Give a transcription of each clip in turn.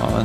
Ja,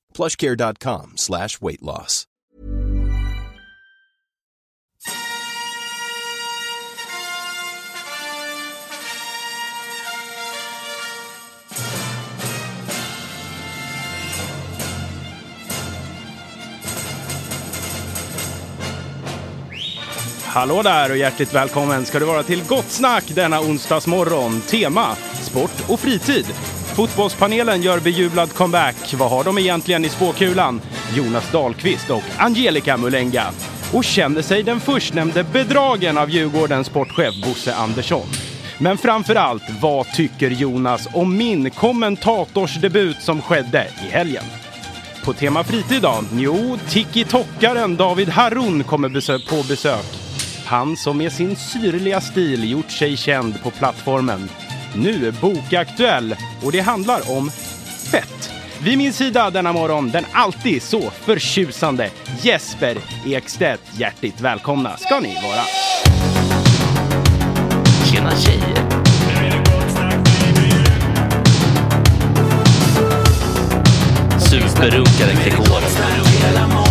plushcare.com slash weight loss. Hallå där och hjärtligt välkommen ska du vara till Gott Snack denna onsdagsmorgon. Tema sport och fritid. Fotbollspanelen gör bejublad comeback. Vad har de egentligen i spåkulan? Jonas Dahlqvist och Angelica Mulenga. Och känner sig den förstnämnde bedragen av Djurgårdens sportchef Bosse Andersson. Men framför allt, vad tycker Jonas om min kommentatorsdebut som skedde i helgen? På tema fritid då? Jo, tiki-tockaren David Harun kommer besö- på besök. Han som med sin syrliga stil gjort sig känd på plattformen. Nu är bokaktuell och det handlar om fett. Vid min sida denna morgon, den alltid så förtjusande Jesper Ekstedt. Hjärtligt välkomna ska ni vara. Tjena tjejer! Superrunkare Gregor.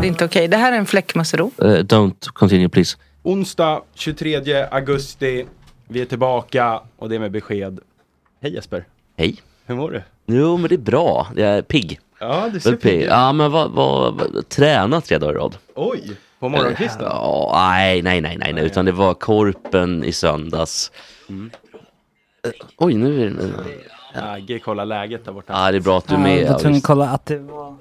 Det är inte okej. Det här är en fläckmussero. Uh, don't continue please. Onsdag 23 augusti. Vi är tillbaka och det är med besked. Hej Jesper, Hej. hur mår du? Jo men det är bra, jag är pigg. Ja, du ser Väldigt pigg pigg. ut. Ja men vad, vad, vad, tränat tre dagar i rad. Eh, Oj, på morgonkvisten? Ja, nej, nej, nej, nej, nej, utan det var korpen i söndags. Mm. Eh, Oj, nu är det... Agge kollar läget där borta. Ja, det är bra att du är med. Jag var Ja, tvungen att visst. kolla att det var...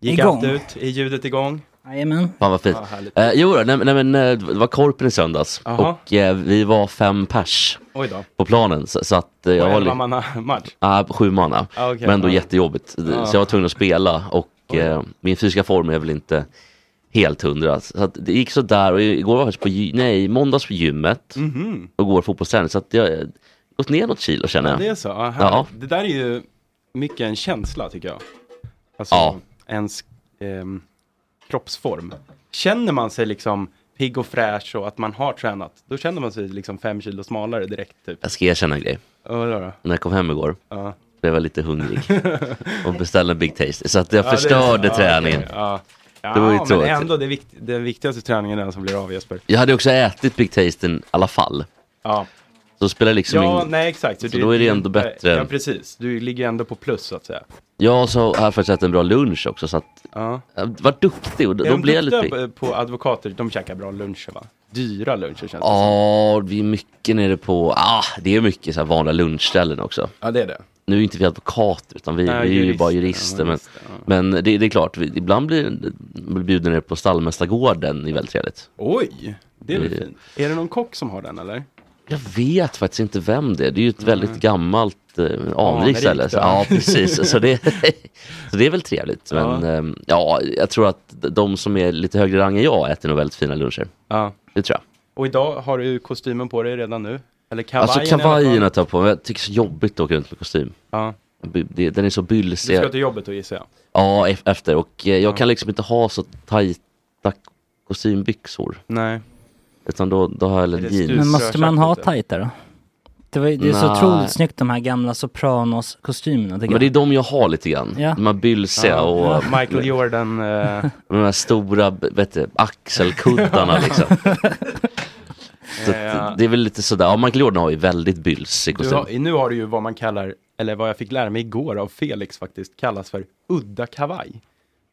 Gick igång. allt ut? Är ljudet igång? Jajamän. Fan vad fint. Ja, härligt. Eh, jo då, nej, nej men eh, det var korpen i söndags. Aha. Och eh, vi var fem pers Oj då. på planen. Så, så att eh, jag Vad var elva lite... manna match? Ah, sju manna. Ah, okej. men ändå Ah. jättejobbigt. Så jag var tvungen att spela och eh, min fysiska form är väl inte helt hundra. Så att det gick så där och igår var jag faktiskt på, gy- nej, i måndags på gymmet Mhm. och går fotbollsträning. Så att jag har gått ner något kilo känner jag. Det är så? Ja, Ja. härligt. Det där är ju mycket en känsla tycker jag. Alltså Ja. ens ehm, kroppsform. Känner man sig liksom pigg och fräsch och att man har tränat, då känner man sig liksom fem kilo smalare direkt typ. Jag ska erkänna en grej. Ja, vadå då? När jag kom hem igår Ja. blev jag lite hungrig och beställde en Big Tasty. Så att jag Ja, det är- förstörde ja, träningen. okej, Ja, ja Det var ju men tråkigt. ändå det vikt, den viktigaste träningen är den som blir av Jesper. Jag hade också ätit Big Tasting i alla fall. Ja, Så det spelar liksom ja ingen... nej exakt. Så då är det ändå bättre. Ja, precis. Du ligger ju ändå på plus så att säga. Jag så har jag faktiskt ätit en bra lunch också så att... Ja. Jag var duktig och då, Är då de blev jag lite duktiga pigg. på, på advokater? De käkar bra luncher va? Dyra luncher känns det som. Ja, vi är mycket nere på... Ah, det är mycket så här vanliga lunchställen också. Ja, det är det. Nu är inte vi advokater utan vi, Nej, vi är ju jurister, bara jurister. ja, men jurister, men det, det är klart, vi, ibland blir blir bjuden ner på stallmästargården, det är väldigt trevligt. Oj, det är väl fint. Är det någon kock som har den eller? Jag vet faktiskt inte vem det är. Det är ju ett Mm. väldigt gammalt eh, anrikt ställe. Anrikt, Så- ja. Ja, precis. Så det, så det är väl trevligt. Men Ja. ehm, ja, jag tror att de som är lite högre i rang än jag äter nog väldigt fina luncher. Ja. Det tror jag. Och idag har du kostymen på dig redan nu. Eller kavajen. Alltså i alla fall. kavajen att ta på mig. Jag tycker det är så jobbigt att åka runt med kostym. Ja. B- det- Den är så Du bylsig. ska till jobbet och gissar jag. Ja, e- efter. Och eh, jag kan liksom inte ha så tajta kostymbyxor. Nej. Utan då, då har jag Är en det jeans. stuk? Men måste man ha Sökte. tajta då? Det, var, ju- det är så Nej. otroligt snyggt de här gamla Sopranos-kostymerna tycker Men det är jag. de jag har lite grann. Ja. De här bylsiga och Michael Jordan. Eh, de här stora b- vet du, axelkuddarna liksom. Så eh, att det är väl lite sådär. Ja, Michael Jordan har ju väldigt bylsig du kostym. har, nu har du ju vad man kallar, eller vad jag fick lära mig igår av Felix faktiskt, kallas för udda kavaj.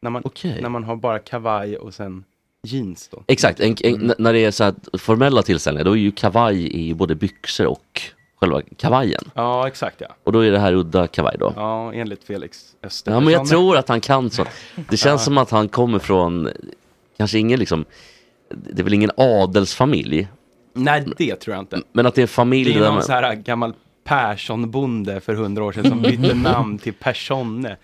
När man, Okej. när man har bara kavaj och sen jeans då. Exakt, en, en, Mm. n- när det är så här formella tillställningar då är ju kavaj i både byxor och själva kavajen. Ja, exakt ja. Och då är det här udda kavaj då. Ja, enligt Felix Öster. Ja, men jag tror att han kan så. Det känns som att han kommer från, kanske ingen liksom, det är väl ingen adelsfamilj, Nej, det tror jag inte. men att det är en familj Det är där någon man, så här gammal Perssonbonde för hundra år sedan som bytte namn till Perssonne.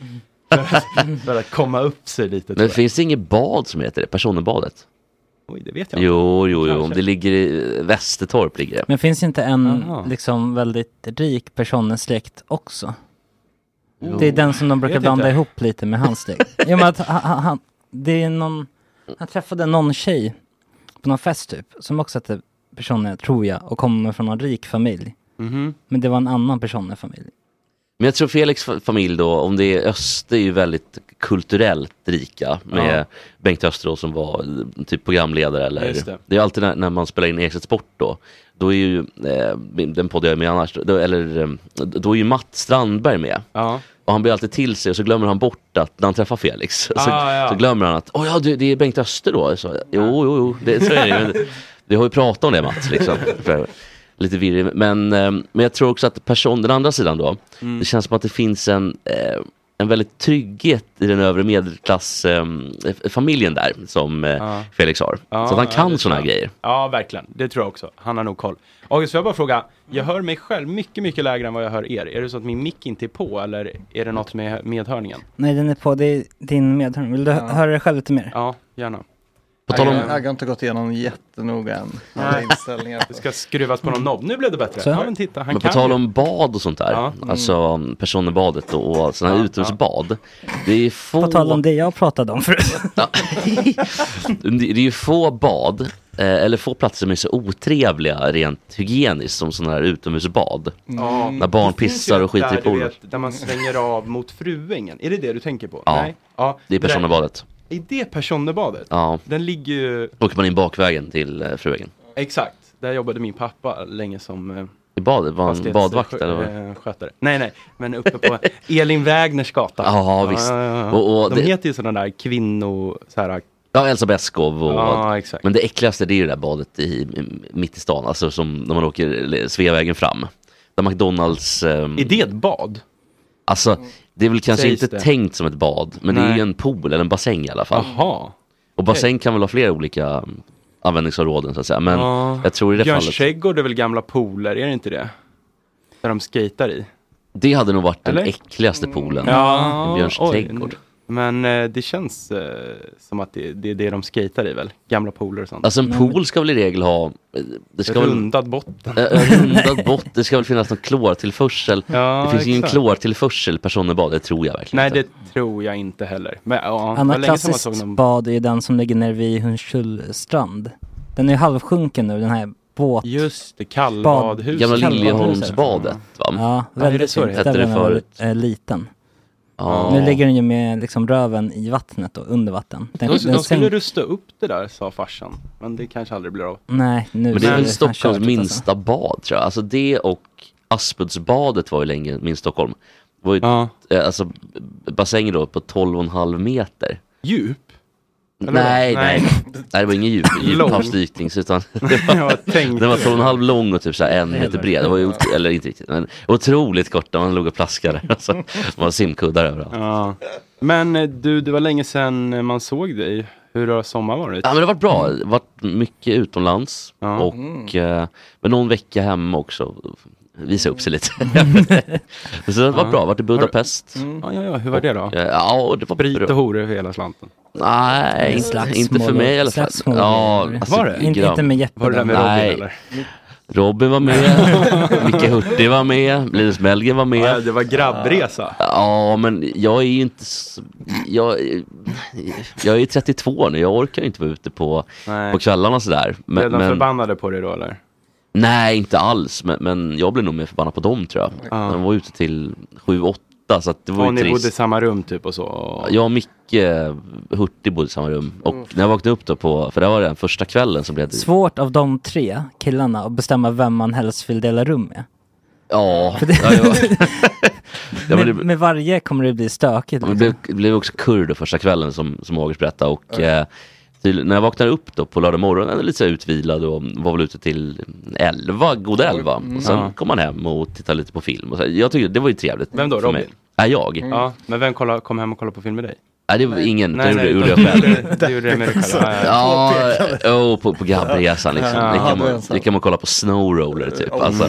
För att, för att komma upp sig lite. Mm. Men tror jag. finns det inget bad som heter det? Personenbadet? Oj, det vet jag inte. Jo, jo, jo. Kanske. Det ligger i Västertorp. Ligger det. Men finns inte en Jaha. liksom väldigt rik personens släkt också? Det är den som de brukar Vet blanda inte. ihop lite med hans släkt. ja, men att han, han, det är någon, han träffade någon tjej på någon fest typ, som också hette personer, tror jag, och kommer från någon rik familj. Mhm. Men det var en annan personer familj. Men jag tror Felix fa- familj då, om det är Öst, är ju väldigt kulturellt rika med Ja. Bengt Österås som var eh, typ programledare eller Just det. är ju alltid när, när man spelar in Ekstedt Sport då då är ju eh, min- den podd jag är med i annars, då, eller, eh, då är ju Matt Strandberg med Ja. och han blir alltid till sig och så glömmer han bort att när han träffar Felix så, Ah, ja. så glömmer han att åh ja, det, det är Bengt Öster då. Så, jo, jo, jo, det, så är det ju. Men Vi har ju pratat om det Mats. Liksom. För- Lite virrig. Men, eh, men jag tror också att person, den andra sidan då, Mm. det känns som att det finns en, eh, en väldigt trygghet i den övre medelklassfamiljen där som eh, Ja. Felix har. Ja, så att han ja, kan det sådana tror jag. grejer. Ja, verkligen. Det tror jag också. Han har nog koll. August, får jag bara fråga. Jag hör mig själv mycket, mycket lägre än vad jag hör er. Är det så att min mick inte är på eller är det något med medhörningen? Nej, den är på, det är din medhörning. Vill du hö- höra det själv lite mer? Ja, gärna. På På tal om... Jag har inte gått igenom jättenoga än. Nej. Alla inställningar. Det ska skruvas på någon nobb. Nu blev det bättre. Så. Ja, men titta, han Men på kan tal ju. om bad och sånt där, Ja. mm. alltså personerbadet och, och sådana här Ja, utomhusbad. Det är få... På tal om det jag pratade om förut. Ja. det det är ju få bad, eh, eller få platser som är så otrevliga rent hygieniskt som sådana här utomhusbad. Mm. Ja. När barn Det finns ju pissar ett och skiter där, i du poolen. vet, Där man svänger av mot Fruängen. Är det det du tänker på? Ja. Nej. ja. Det är där- personerbadet. Är det personerbadet? Ja. Den ligger ju, Då åker man in bakvägen till eh, fruäggen. exakt. Där jobbade min pappa länge som eh, I badet, var han fastighets- badvakt eller? vad? eh, skötare. Nej, nej, men uppe på Elin Wägners gata. Ja, visst. Och- och De det- Mm. heter ju sådana där kvinno... Så här, Ja, Elsa Beskow och... Ja, exakt. Men det äckligaste det är ju det där badet i, i- mitt i stan, alltså som när man åker le- Sveavägen fram. Där McDonalds... ehm, Är det ett bad? Alltså, det är väl kanske Sägs inte det. tänkt som ett bad, men det är Nej. ju en pool eller en bassäng i alla fall. Jaha. Och bassäng kan väl ha flera olika mm, användningsområden så att säga. Men jag tror i det Björns fallet, trädgård är väl gamla pooler, är det inte det? Där de skejtar i. det hade nog varit Eller? den äckligaste poolen. Ja, Björns oj. trädgård. Men eh, det känns eh, som att det, det är det de skejtar i väl? Gamla pooler och sånt. Alltså en pool ska väl i regel ha, eh, det ska väl Rundad botten. eh, eh, rundad botten, det ska väl finnas någon klortillförsel. Ja, det finns ju ingen exakt. klortillförsel i personerbadet, det tror jag verkligen Nej, inte. det tror jag inte heller. Men ja, det Annat var länge sedan man klassiskt såg någon... bad är ju den som ligger nere vid Hunskyllstrand. Den är ju halvsjunken nu, den här båt... Just det, kallbadhuset. Gamla Kallbadhuset. Liljeholmsbadet va? Ja. Ja, är det väldigt så det fint. hette Där det var den förut? eh, liten. Nu ligger den ju med liksom röven i vattnet och under vatten. Den, De, den de skulle sänk- rusta upp det där, sa farsan. Men det kanske aldrig blir av. Nej, nu Men det alltså. är fan väl Stockholms kört, minsta bad tror jag. Alltså det och Aspudsbadet var ju länge minst Stockholm. Det var ju Ja. eh, alltså, bassäng då på 12,5 meter. Djup? Eller Nej, vad? nej, nej. det var ingen djup, Lång. djuphavsdykning utan det var, Jag tänkte den var två och en halv lång och typ så här en meter bred. Det var ju, ot- eller inte riktigt, men otroligt kort när man låg och plaskade. Alltså, man har simkuddar överallt. Ja. Men eh, du, det var länge sedan eh, man såg dig. Hur har sommaren varit? Ja men det har varit bra, det har varit mycket utomlands Ja. Mm. och eh, men någon vecka hemma också. Visa upp sig lite. så det har varit bra, varit i Budapest. Mm. Ja, ja, ja. Hur var det då? Eh, Ja, och det var Sprit och bra. horor för hela slanten. Nej, Eh, inte, Slagsmål inte för mig i alla fall. och- slagsmål Ja, och- alltså, Var det? Inte, inte med Var jättebra. det där med Robin Nej. eller? Robin var med, Micke Hurtig var med, Linus Mellgren var Ja, med. det var grabbresa. Ja, men jag är ju inte... s- Jag, jag är ju 32 nu, jag orkar inte vara ute på, Nej. på kvällarna och sådär. Men, Blev de men, förbannade på dig då eller? nej, inte alls. Men, men jag blev nog mer förbannad på dem tror jag. De var ute till 7-8, så att det var Och ju ni bodde i trist. samma rum typ och så? Jag och Micke eh, Hurtig bodde i samma rum. Och när jag vaknade upp då på, för det var den första kvällen som blev typ- det... alltså. Svårt av de tre killarna att bestämma vem man helst vill dela rum med. Ja, ja, ja. ja men Med, det, Mm. med varje kommer det bli stökigt. det, Liksom. blev, det blev också kurd då första kvällen som, som August berättade och eh, till, när jag vaknade upp då på lördag morgon, jag var lite så här utvilad och var väl ute till elva, goda elva. Och sen kom man hem och tittade lite på film och så här. Jag tyckte det var ju trevligt. Vem då, för mig. Robin? Nej, jag. Ja, men vem kolla, kom hem och kollade på film med dig? Nej, det var ingen, Nej, det nej, gjorde, gjorde jag utan- själv. Du gjorde det med Alltså, dig själv. Ja, ja. Ja, oh, på, på grabbresan liksom. det, kan man, det kan man kolla på snowroller typ. Alltså,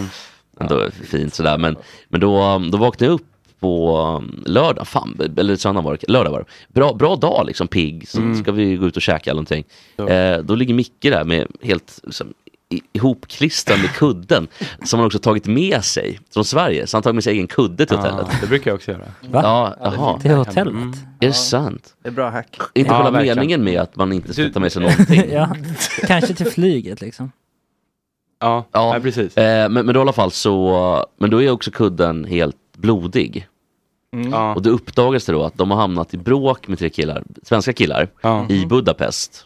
ändå fint sådär. Men, men då, då vaknade jag upp på um, lördag, fan, eller söndag var det, lördag var det. Bra, bra dag liksom, pigg. Så ska vi gå ut och käka eller någonting. Eh, då ligger Micke där med helt liksom, i- ihopklistrad med kudden som han också tagit med sig från Sverige. Så han har tagit med sig egen kudde till hotellet. Det brukar jag också göra. Va? Ja, jaha. Till hotellet. Är det sant? Det är bra hack. Mm. Inte Ja, själva verkligen. meningen med att man inte ska Du- ta med sig någonting. Ja. Kanske till flyget liksom. Ja, ja. Ja. precis. Eh, men, men då i alla fall så, men då är också kudden helt blodig. Ja. Och det uppdagas det då att de har hamnat i bråk med tre killar, svenska killar, Ja. i Budapest.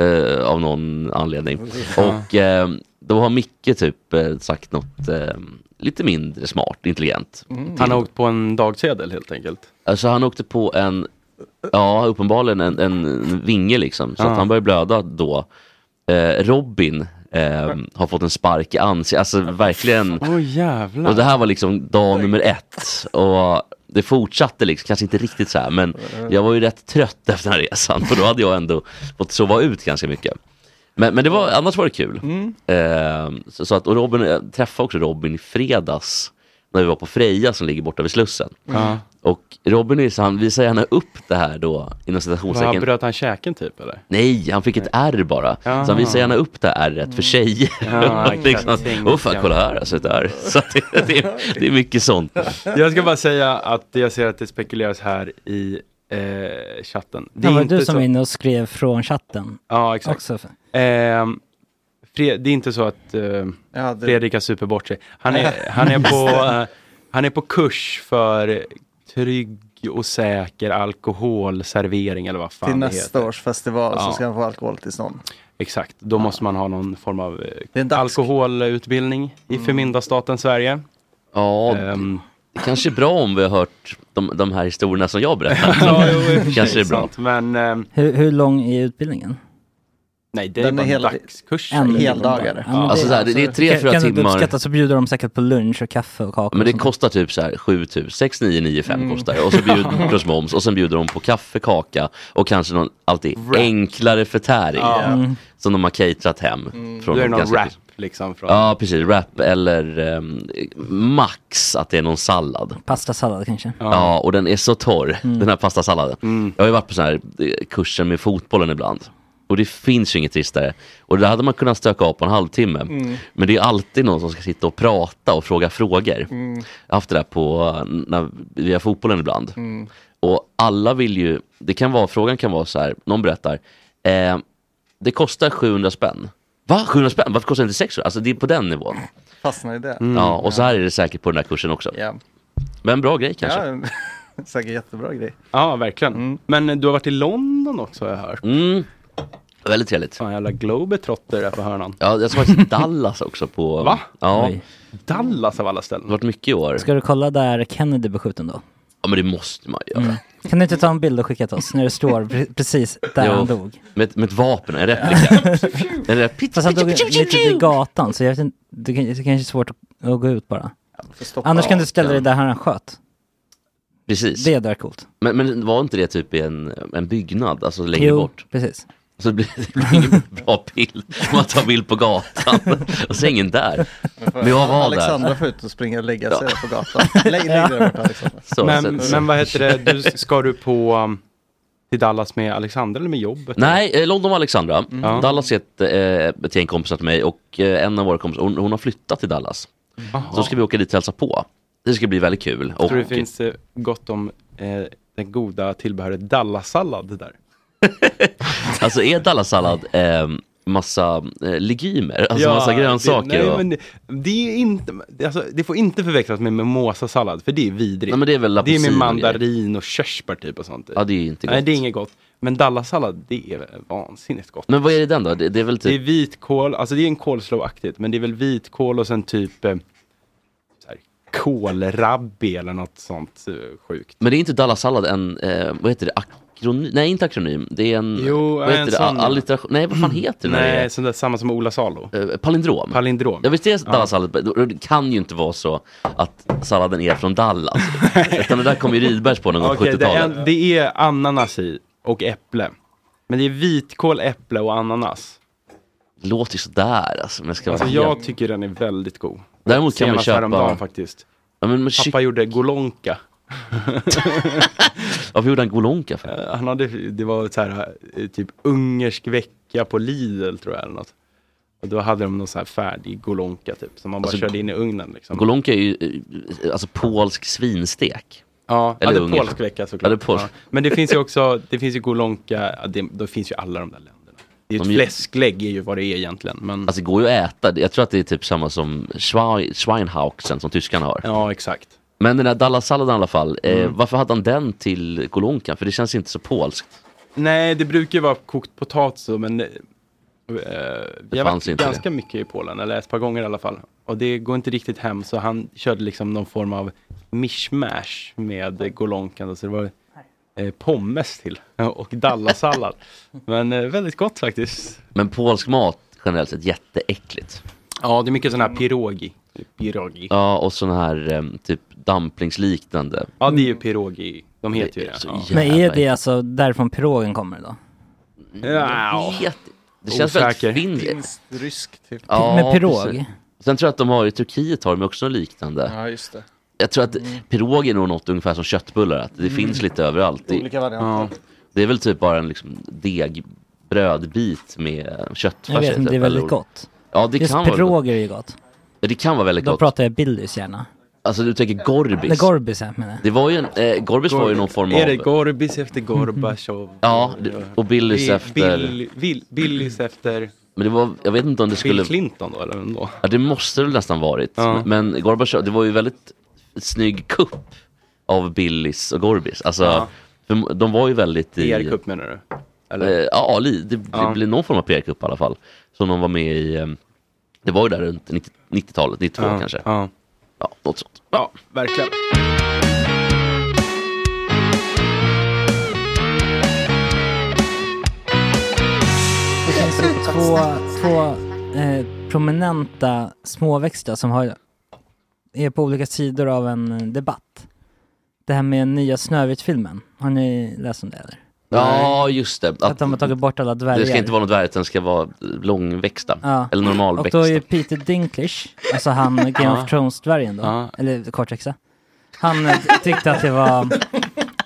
Eh, av någon anledning. Och eh, då har Micke typ eh, sagt något eh, lite mindre smart, intelligent. Mm. Han har åkt på en dagsedel helt enkelt. Alltså han åkte på en, ja uppenbarligen en, en vinge liksom. Så Ja. att han började blöda då. Eh, Robin eh, har fått en spark i ansiktet, alltså verkligen. Åh jävlar. Och det här var liksom dag nummer ett. Och det fortsatte liksom, kanske inte riktigt så här, men jag var ju rätt trött efter den här resan. För då hade jag ändå fått sova ut ganska mycket. Men, men det var, annars var det kul. Mm. Eh, så, så att, och Robin, jag träffade också Robin i fredags när vi var på Freja som ligger borta vid Slussen. Och Robin är så han visar gärna upp det här då, inom Vad, citationstecken. bröt han käken typ eller? Nej, han fick ett R bara. Ja. Så han visar gärna upp det här ärret för tjejer. Mm. Ja, exakt. liksom, Åh fan, kolla här alltså ett R. Så att det, det, är- det är mycket sånt. Jag ska bara säga att jag ser att det spekuleras här i eh, chatten. Det, var du som var inne och skrev från chatten Ja, exakt. också. Ehm, Fre- det är inte så att eh, Ja, det- Fredrik har super bort sig. Han är, han, är på, eh, han är på kurs för trygg och säker alkoholservering eller vad fan Till det nästa heter. års festival Ja. så ska han få alkoholtillstånd. Exakt, då måste man ha någon form av eh, Det är en dansk. alkoholutbildning i förmyndarstaten Sverige. Ja, Ehm, det kanske är bra om vi har hört de, de här historierna som jag berättar. ja, jo, i och för sig, Kanske är bra. sant, Men ehm, Hur, hur lång är utbildningen? nej, det är Den är bara en hela- dagskurs. En heldagare. Ja, men Alltså så här, det- det är tre, kan- fyra kan du timmar. uppskatta så bjuder de säkert på lunch och kaffe och kakor. Men det och sånt. kostar typ så här 7 000, 6995 Mm. kostar det. Och så bjuder plus moms och sen bjuder de på kaffe, kaka och kanske någon alltid enklare förtäring. Mm. Som de har caterat hem. Från Mm. Då är det någon ganska- rap liksom. Från, Ja, precis. Wrap eller ehm, max att det är någon sallad. Pastasallad kanske. Ja. och den är så torr, den här pastasalladen. Jag har ju varit på sådana här eh, kurser med fotbollen ibland. Och det finns ju inget tristare. Och det hade man kunnat stöka av på en halvtimme. Men det är alltid någon som ska sitta och prata och fråga frågor. Jag har haft det där på, eh, när, via fotbollen ibland. Och alla vill ju, det kan vara, frågan kan vara så här, någon berättar, eh, det kostar 700 spänn. Va? 700 spänn? Varför kostar det inte 600? Alltså det är på den nivån. Fastnar i det. Mm. Mm. Ja, och så här är det säkert på den här kursen också. Ja. Men en bra grej kanske. ja. Säkert jättebra grej. Ja, verkligen. Men eh, du har varit i London också har jag hört. Mm. Väldigt trevligt. Fan, jävla globetrotter där på hörnan. Ja, jag såg faktiskt Dallas också på... Va? Ja, Oj. Dallas av alla det ställen. har varit mycket i år. Ska du kolla där Kennedy blev skjuten då? Ja, men det måste man göra. Mm. Kan du inte ta en bild och skicka till oss när det står pre- precis där Jo. han dog? Med, ett- med ett vapen, en replika. en replika. Fast han dog lite vid gatan, så jag vet inte, det kan- det kanske är svårt att, att gå ut bara. Får stoppa Annars kan av. du ställa dig där han sköt. Precis. Det där är coolt. Men, men var inte det typ i en, en byggnad, alltså längre bort? precis. Så det blir, det blir ingen bra bild. Man tar bild på gatan och så är ingen där. Men jag var där. Alexandra får ut och springa och lägga sig på gatan. Lägg, lägg dig där borta liksom. Alexandra. Så, Men, så- men vad heter det, du, ska du på um, till Dallas med Alexander eller med jobbet? Nej, eh, London var Alexandra. Mm. Ja. Dallas är ett, eh, ett gäng kompisar till mig och eh, en av våra kompisar, hon, hon har flyttat till Dallas. Så då ska vi åka dit och hälsa på. Det ska bli väldigt kul. Och, Tror du det finns eh, gott om eh, den goda tillbehöret Dallasallad där? Alltså är Dallasallad eh, massa eh, legumer, alltså massa grönsaker? Det, nej, och, men det, det, är inte, alltså, det får inte förväxlas med mimosasallad, för det är vidrigt. nej men det är väl det är apelsin med och grejer. mandarin och körsbär typ och sånt. i. Ja det är ju inte gott. Nej, det är inget gott. Men Dallasallad, det är vansinnigt gott. Men vad är det i den då? Det, det är väl Det är typ, vitkål, alltså det är en kolslowaktigt, men det är väl vitkål och sen typ eh, så här, kålrabbi eller något sånt eh, sjukt. men det är inte Dallasallad en, eh, vad heter det, akronym? Nej inte akronym, det är en, Jo, vad en heter det, sån, ja. alliteration, nej vad fan heter det när Nej, det sånt där samma som Ola Salo. är, eh, palindrom? Palindrom. Ja visst det är Dallasallad, det kan ju inte vara så att salladen är från Dallas. Utan det där kom ju Rydbergs på någon gång på Okej, det, 70-talet. är en- det är ananas i och äpple. Men det är vitkål, äpple och ananas. Låter ju sådär alltså, men jag ska Alltså vara jag helt- tycker den är väldigt god. Däremot kan man Senast häromdagen köpa, faktiskt. ja, men, men, Pappa gjorde golonka. varför gjorde han Golonka för? Eh, Han hade, det var så här, eh, typ ungersk vecka på Lidl tror jag eller något. Och då hade de någon så här färdig golonka typ, som man bara Alltså, körde in i ugnen liksom. Golonka är ju eh, alltså polsk svinstek. Ja, Eller eller ungersk. polsk vecka såklart. Ja, det är polsk. Men det finns ju också, det finns ju golonka, ja, det, då finns ju alla de där länderna. Det är ett De gör- fläsklägg är ju vad det är egentligen, men Alltså det går ju att äta. Jag tror att det är typ samma som Schwe- Schweinhauxen som tyskarna har. ja exakt. Mm. Men den här Dallas-salladen i alla fall. Eh, varför hade han den till Golonka? För det känns inte så polskt. Nej, det brukar ju vara kokt potatis och- men eh, jag har varit fanns inte ganska mycket i Polen, eller ett par gånger i alla fall. Och det går inte riktigt hem, så han körde liksom någon form av mishmash med eh, golonkan. Så det var eh, pommes till och dallasallad. men eh, väldigt gott faktiskt. Men polsk mat generellt sett jätteäckligt. Ja, det är mycket sån här pirogi. Pirogi. Ja, och sån här eh, typ dumplingsliknande. Ja, det är ju pirogi. De heter ju Det är det. så Ja. jävla Men är det äckligt. alltså därifrån pirogen kommer då? Ja. Jag vet inte. Det känns Osäker. väldigt finskt. Finns rysk typ. Med pirog? Sen tror jag att de har i Turkiet har de också något liknande. Ja just det. Mm. Jag tror att pirog är nog något ungefär som köttbullar, att det finns lite överallt. Det, Olika varianter. Ja, det är väl typ bara en liksom degbrödbit med köttfärs Jag i, vet typ, inte, det är väldigt eller- gott. Ja, det Just kan vara väldigt gott. piroger är ju gott. Ja, det kan vara väldigt Då gott. pratar jag Billys gärna. Alltså du tänker gorbis. Eller Gorbis här, menar jag. Det var ju en, eh, Gorbis var ju någon form av... Mhm. Är det Gorbis efter Gorbatjov? Ja, det- och Billys Bi- efter- Mm. Bill, Bill, Billys efter men det var, jag vet inte om det skulle... Bill Clinton då, eller vem då? Ja, det måste det väl nästan varit. Ja. Men Gorbachev, det var ju väldigt snygg kupp av Billis och Gorbis. Alltså, Ja. för de var ju väldigt i... PR-kupp E menar du? Eh, Eller? ja, li- det bl- Ja. blev någon form av PR-kupp i alla fall. Som de var med i, eh, det var ju där runt 90- 90-talet, 92 ja, kanske. Ja. Ja. något sånt. ja, verkligen. Det finns ju två, två eh, prominenta småväxter som har, är på olika sidor av en eh, debatt. Det här med nya Snövit-filmen, har ni läst om det eller? Ja, just det. Att, de har tagit bort alla dvärgar. det ska inte vara något värdigt, den ska vara långväxta. Ja. Eller Och normalväxta. då är ju Peter Dinklage, alltså han Game Ja. of Thrones-dvärgen då, Ja. eller kortväxta. Han eh, tyckte att det var,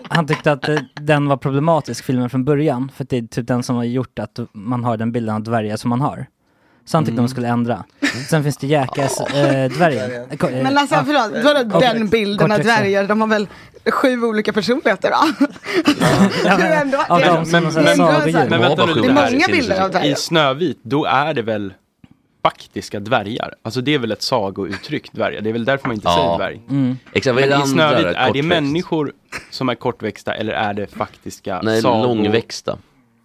han tyckte att eh, den var problematisk filmen från början, för att det är typ den som har gjort att man har den bilden av dvärgar som man har. Så han tyckte de skulle ändra. Sen finns det eh, Jackass-dvärgen. Men alltså förlåt, vadå Och- den bilden av kortväxta. dvärgar, de har väl sju olika personligheter va? Det är ändå- Av det är- de som men- så här men- sagedjur. Men var vänta bara nu, sjukt. Det är det här många till- bilder av I dvärgar. Snövit, då är det väl faktiska dvärgar? Alltså det är väl ett sagouttryck, dvärgar? Det är väl därför man inte Ja. säger Mm. dvärg? Exakt, vad är Men det i andra? Snövit, där? är det Kortväxt? människor som är kortväxta eller är det faktiska Nej, sagor- långväxta.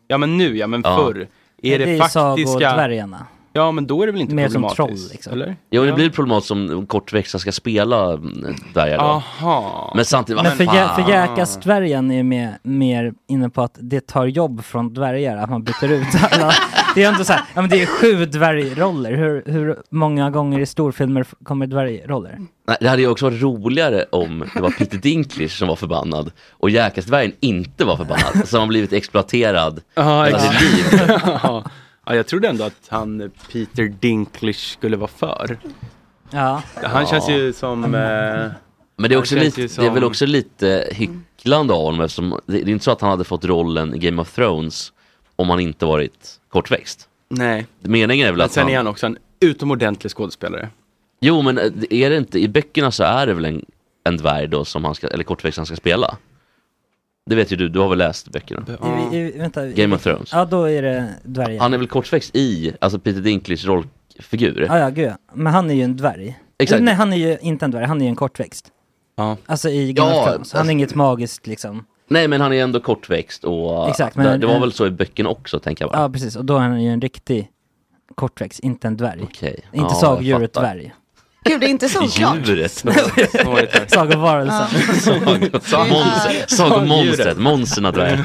Ja men nu, ja men Ja. förr. Är det, ju faktiska? sagodvärgarna. Ja men då är det väl inte Mer som problematiskt? troll, liksom. Eller? Ja, det blir problematiskt om kortväxta ska spela mm, där jag då. Aha. Men samtidigt, Men vad för, jä- fan. för Jackass-dvärgen är mer, mer inne på att det tar jobb från dvärgar, att man byter ut alla. Det är inte så här, ja, men det är sju dvärgroller. Hur, hur många gånger i storfilmer f- kommer dvärgroller? Nej, det hade ju också varit roligare om det var Peter Dinklage som var förbannad och Jäkarsdvärgen inte var förbannad. Som har blivit exploaterad. Ja, hela exakt. sitt liv. Ja. ja, jag trodde ändå att han eh, Peter Dinklage skulle vara för. Ja, Han känns ju som... Eh, Men det är, Han också känns lite, ju det är som- väl också lite hycklande av honom eftersom det, det är inte så att han hade fått rollen i Game of Thrones om han inte varit kortväxt. nej. Meningen är väl Men att sen han... är han också en utomordentlig skådespelare. Jo men eh, är det inte, i böckerna så är det väl en, en dvärg då som han ska, eller kortväxt han ska spela? Det vet ju du, du har väl läst böckerna? i, i, vänta. i- Game of Thrones. Ja, då är det dvärgen. Han är väl kortväxt i, alltså Peter Dinklages rollfigur? Ja, ja, gud ja. Men han är ju en dvärg. Exakt. Nej, han är ju inte en dvärg, han är ju en kortväxt. Ja. Alltså i Game Ja, of Thrones. Han är alltså- inget magiskt liksom. Nej men han är ändå kortväxt och Exakt, där- men- det var väl så i böckerna också tänker jag bara. Ja, precis. Och då är han ju en riktig kortväxt, inte en dvärg. Okej. Inte Ja, jag sagodjuret fattar. dvärg. Gud, det är inte solklart. Djuret! Snårigt här. Sagovarelsen. Monster- Sagomonstret, monstren har dvärg.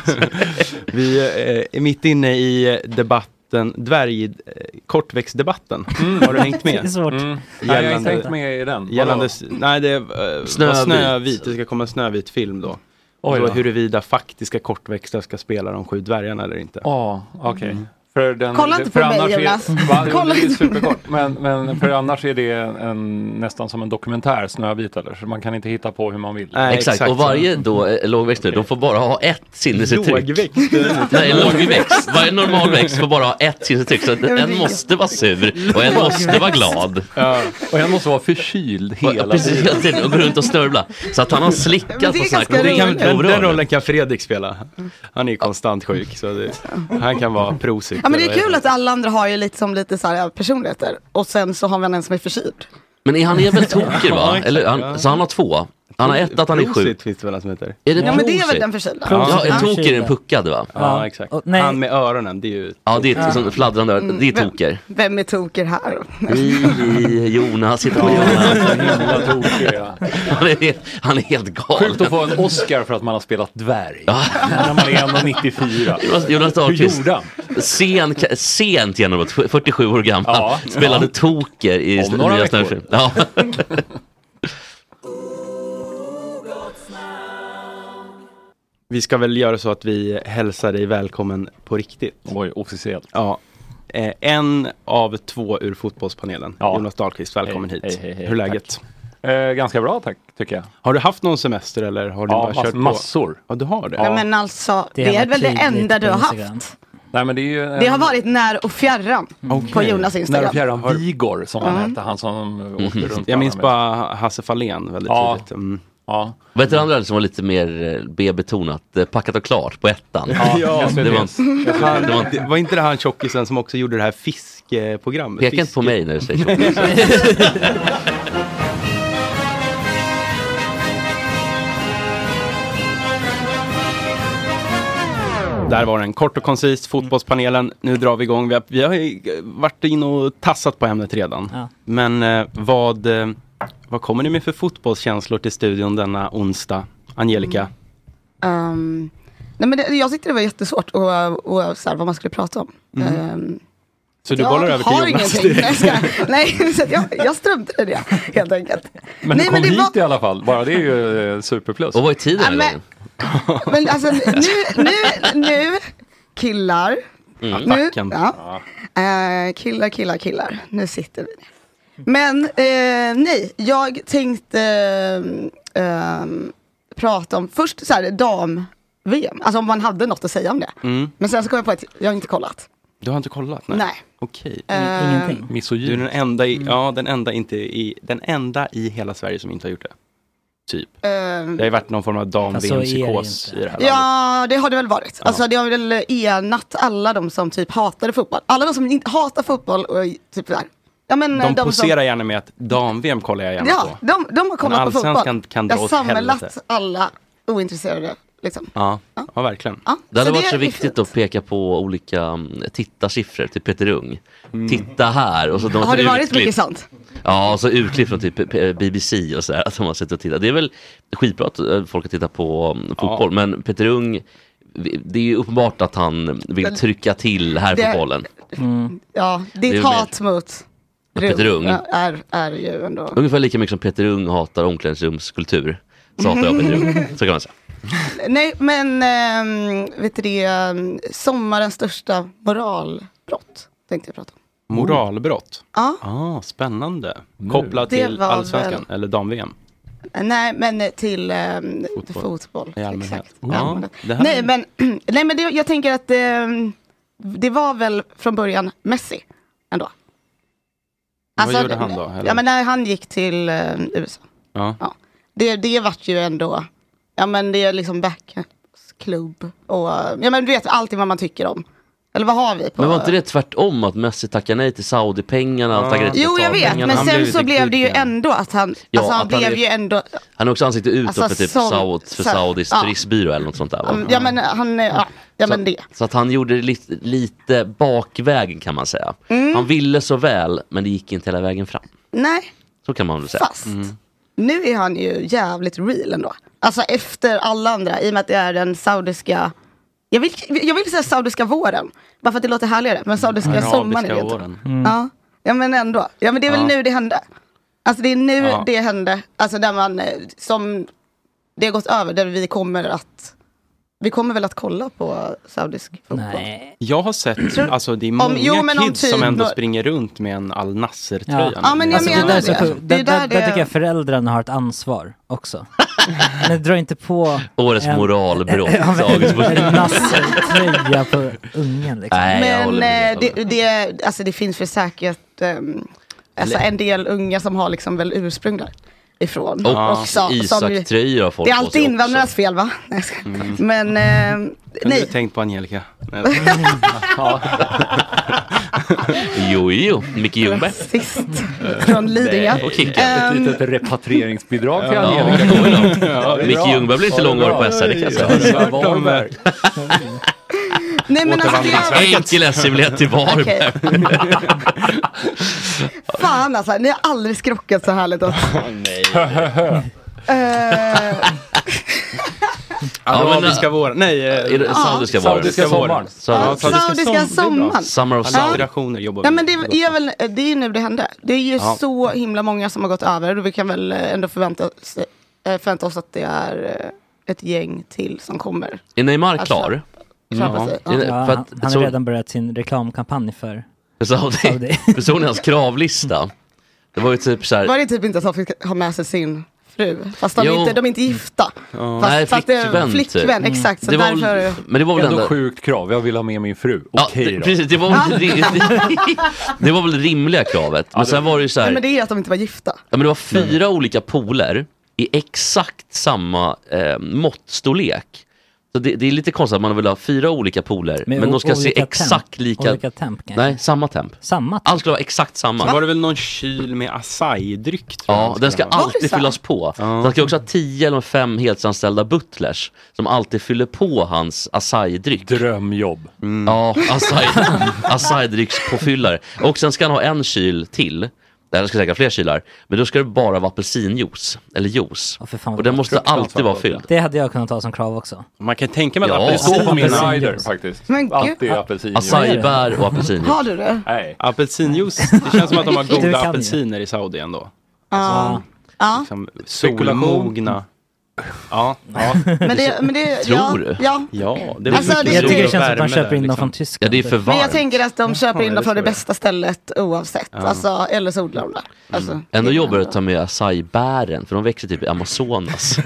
Vi eh, är mitt inne i debatten, dvärg, eh, kortväxtdebatten. Har du hängt Det är med? Mm. svårt. Gällande, med i den. gällande, s- nej det är eh, snövit. Snövit. snövit, det ska komma en snövit film då. Oj då. då. Huruvida faktiska kortväxta ska spela de sju dvärgarna eller inte. Mm. Ja, okej. Mm. För den, Kolla inte för på mig, annars är- Jonas. Va? Jo, Kolla det är inte på mig. superkort. Men, men för annars är det en, nästan som en dokumentär, Snövit, eller? Så man kan inte hitta på hur man vill. Nej, Exakt, och varje då, eh, lågväxt nu, de får bara ha ett sinnesuttryck. Lågväxt. Nej, lågväxt. Varje normal växt får bara ha ett sinnesuttryck. Så att en måste vara sur och en måste vara glad. Och en måste vara förkyld Och, hela precis, tiden. hela tiden och gå runt och snörvla. Så att han har slickat Men på det är sådana ganska Den, kan, den, den här rollen kan Fredrik spela. Han är ju konstant sjuk så det, han kan vara prosit. Ja men det är eller- kul att alla andra har ju lite som lite så här personligheter och sen så har man en som är förkyld. Men är han är väl toker va? exakt, Eller, ja. han, så han har två. Han har ett att han är sjuk. Prosit finns det väl han som heter. Är det Ja men det är väl prosit? den förkylda? Ja, en toker är en Prosit. puckad va? Ja, Ja, exakt. och- nej. Han med öronen, det är ju... Ja, det är ett sånt fladdrande öra. Det är Vem- toker. Vem är toker här? I Jonas, hitta på Jonas. Himla tokig, ja. Han är, helt- han är helt Sjukt galen. att få en Oscar för att man har spelat dvärg. När man är 1,94. Jonas, Jonas Hur Dahlqvist, gjorde han? sent, sent genombrott, 47 år gammal, Ja. spelade toker i Om några Nya veckor. Snövfilm. Ja. Vi ska väl göra så att vi hälsar dig välkommen på riktigt. Oj, officiellt. Ja. Eh, en av två ur fotbollspanelen, Ja. Jonas Dahlqvist, välkommen Hej, hit. hej, hej, hej. Hur är läget? Eh, ganska bra tack, tycker jag. Har du haft någon semester eller har du Ja, bara mass- kört på? massor. Ja, du har det? Ja. men alltså, det, är väl det enda du har haft. Nej, men det, är ju en... Det har varit när och fjärran Mm. på Jonas Instagram. När och fjärran Vigor som han Mm. hette, han som åkte Mhm. runt. Jag minns bara Hasse Fahlén väldigt ja. tidigt. Ja. Vad heter det andra som var lite mer eh, B-betonat? Eh, Packat och klart på ettan. det var, han, det var det var inte det han tjockisen som också gjorde det här fiskeprogrammet? Peka inte på mig när du säger tjockis. Där var den, kort och koncist, fotbollspanelen. Nu drar vi igång. Vi har, vi har ju varit inne och tassat på ämnet redan. Ja. Men eh, vad, eh, vad kommer ni med för fotbollskänslor till studion denna onsdag? Angelica? Ehm, nej men det, jag tyckte det var jättesvårt och, och så här, vad man skulle prata om. Mhm. Ehm, Så du jag bollar över till har Jonas ingenting. Nej, jag direkt. skojar. nej så att jag, jag struntade i det helt enkelt. Men nej, du kom men det hit i var- alla fall, bara det är ju eh, superplus. Och vad är tiden Ja, den här men- Men alltså nu, nu, nu killar. Mm. Nu, Attacken. ja. Eh, killar, killar, killar. Nu sitter vi ner. Men eh, nej, jag tänkte eh, eh, prata om först så här dam-VM. Alltså om man hade något att säga om det. Mm. Men sen så kom jag på att jag har inte kollat. Du har inte kollat? Nej. Okej. Mm, Eh, ingenting. Du är den enda, i, ja, den, enda inte i, den enda i hela Sverige som inte har gjort det. Typ. Eh, Det har ju varit någon form av Fast så är det Alltså, ju dam-VM-psykos i det här landet. Ja, det har det väl varit. Alltså det har väl enat alla de som typ hatade fotboll. Alla de som inte hatar fotboll och typ där. Ja, men, eh, De som- poserar gärna med att dam-VM kollar jag gärna Ja, på. de, de har kollat på Men fotboll. allsvenskan kan dra jag har åt helvete. samlat alla ointresserade. Liksom. Ja, ja verkligen. Det hade Så varit det så är ju viktigt att peka på olika mm, tittarsiffror, typ Peter Ung. Titta här. Och så de har det så varit utklipp. mycket sånt? Ja, och så utklipp från typ eh, BBC och så här, att de har suttit och tittat. Det är väl skitbra att eh, folk har tittat på mm, fotboll, men Peter Ung, vi- det är ju uppenbart att han vill Men- trycka till här Det- på bollen. Ja, är ditt väl hat mot Peter Ung. ja, Är, är ju ändå... Ungefär lika mycket som Peter Ung hatar omklädningsrumskultur, så hatar jag Peter Ung. Så kan man säga. Nej, men ehm, vet du det, ehm, sommarens största moralbrott tänkte jag prata om. Moralbrott. Ja. Ah, spännande. Kopplat Det till var allsvenskan, eller dam-VM. Eh, Nej, men eh, till ehm, Fotboll. fotboll. I allmänhet. Exakt. Ja, I allmänhet. det här- Nej, men, nej, men det, jag tänker att ehm, det var väl från början Messi ändå. Alltså, Vad gjorde han då? Eller? Ja, men när han gick till eh, USA. Ja. Det, det vart ju ändå, ja men det är liksom backklubb och, ja men du vet alltid vad man tycker om. Eller vad har vi på? Men var inte det tvärtom att Messi tackade nej till Saudi-pengarna och tackade nej till Ah. Jo jag vet, Qatar-pengarna? men Han sen ju typ så riktigt blev det ju gud igen. ändå att han, Ja, alltså han att han blev är- ju ändå, Han har också ansikte utåt Alltså, för typ som- Saud, för så- Saudis ja. Mm, turistbyrå eller något sånt där va? ja men han, är- ja, ja men det. Så att han gjorde det lite, lite bakvägen kan man säga. Mm. Han ville så väl men det gick inte hela vägen fram. Nej, Så kan man väl säga. Mm. Fast. Nu är han ju jävligt real ändå. Alltså efter alla andra, i och med att det är den saudiska... Jag vill, jag vill säga saudiska våren, bara för att det låter härligare. Men saudiska Arabiska sommaren är det inte. våren. Mm. Ja. ja, men ändå. Ja, men det är väl Ja. nu det hände. Alltså det är nu Ja. det hände, alltså där man, eh, som det har gått över, där vi kommer att, vi kommer väl att kolla på saudisk fotboll? Nej. Jag har sett, alltså det är många jo, men om kids typ som ändå då- springer runt med en Al Nasser-tröja. Ja. Ja, men jag Alltså, menar det. Där, är det. så sjukt. Det är där, där, där det- tycker jag föräldrarna har ett ansvar också. Men dra inte på... Årets en- moralbrott. Ja, men- Dagens moralbrott. en Nasser-tröja på ungen liksom. Men eh, det, det, alltså det finns väl säkert ehm, alltså Eller- en del unga som har liksom väl ursprung där ifrån. Och Isak-tröjor har folk Det är på alltid sig invandrarnas fel va? Nej, jag skojar. Mm. Men ehm, Har du nej, tänkt på Angelica? Nej. Jo, jo, Micke Ljungberg. Sist från Lidingö. Och Kicken. Ehm, Ett litet repatrieringsbidrag till Ja, Angelica. oj då. Ja, det är Micke bra. Ljungberg blir Ja, inte det är långvarig bra. på SR, det kan jag säga. Ja, det är klart de är. nej men alltså det är Enkel SC-biljett till Varberg. fan alltså, ni har aldrig skrockat så härligt. åt. Ehm, Arabiska våren, nej. eh, äh, Är det saudiska våren? Saudiska sommaren. Saudiska- Ja, Saudiska som- det är bra. sommaren. Summer of Ja. Alliterationer jobbar Ja vi men det med. är väl, det är ju nu det hände. Det är ju Ja. så himla många som har gått över och vi kan väl ändå förvänta oss, eh, förvänta oss att det är eh, ett gäng till som kommer. Är Neymar klar? köpa Alltså, sig. Ja. Är det- Ja, för han, att- han har så- redan börjat sin reklamkampanj för... För Saudi. För Saudi hans kravlista. Det var ju typ så här... Var det typ inte att han fick ha med sig sin fru? Fast de, Jo. är inte, de är inte gifta. Ja. Fast, Nej, fast det är flickvän, typ. Flickvän, Mm. exakt. Så Det var väl- därför... men det var väl Ändå ändå- sjukt krav, jag vill ha med min fru. Okej det- då. precis, det var väl inte riktigt- Det var väl det rimliga kravet. Men sen var det ju så här... Nej, men det är ju att de inte var gifta. Ja, men det var fyra olika poler i exakt samma eh, måttstorlek. Så det, det är lite konstigt att man vill ha fyra olika poler, men, Med o- de ska se olika exakt temp. lika... Olika temp, kanske. Nej, samma temp. Samma typ. Allt ska vara exakt samma. Var det väl någon kyl med acai-dryck? tror jag Ja, det den ska vara. alltid fyllas på. Den ska också ha tio eller fem heltidsanställda butlers som alltid fyller på hans acai-dryck. Mm. Drömjobb. Ja, acai- acai-dryckspåfyllare. Och sen ska han ha en kyl till. Jag ska säkert ha fler kylar. Men då ska det bara vara apelsinjuice, eller juice. och den måste alltid vara fylld. Det hade jag kunnat ta som krav också. Man kan tänka mig att Ja. apelsin- Stå på min Apelsinjuice. rider faktiskt. Men gud. Alltid apelsinjuice. Acai-bär och apelsinjuice. Har du det? Nej. Apelsinjuice, det känns som att de har Du kan goda ju. apelsiner i Saudi ändå. Ja. Ja. Liksom Spekulation. solmogna. Ja. ja. Men det- men det- Tror ja, du? ja. Ja, det är väl Alltså, mycket det- Jag tycker det sol och känns som att de värme köper där, in dem liksom. från Tyskland. Ja, det är för Men jag tänker att de köper Jaha, in det dem från det tror jag. bästa stället oavsett. Ja. Alltså, eller så odlar de där. Alltså. Ändå jobbar det att ta med acai-bären, för de växer typ i Amazonas.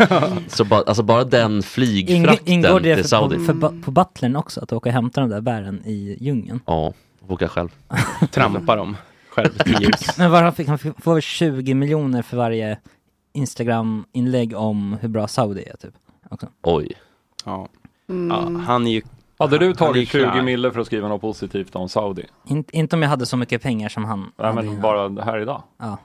så ba, alltså bara den Ingår, flygfrakten ingår det till för, Saudi. på, för, ba- på butlern också, att åka och hämta de där bären i djungeln? Ja, åka själv. Trampa dem själv till ljus. Men var, han fick, han fick- får väl 20 miljoner för varje Instagram-inlägg om hur bra Saudi är typ. Också. Oj. Ja. Mm. ja. Han är ju... Hade Han du är ju tagit 20 knark. mille för att skriva något positivt om Saudi? In, inte om jag hade så mycket pengar som han Nej hade men innan. bara här idag. Ja.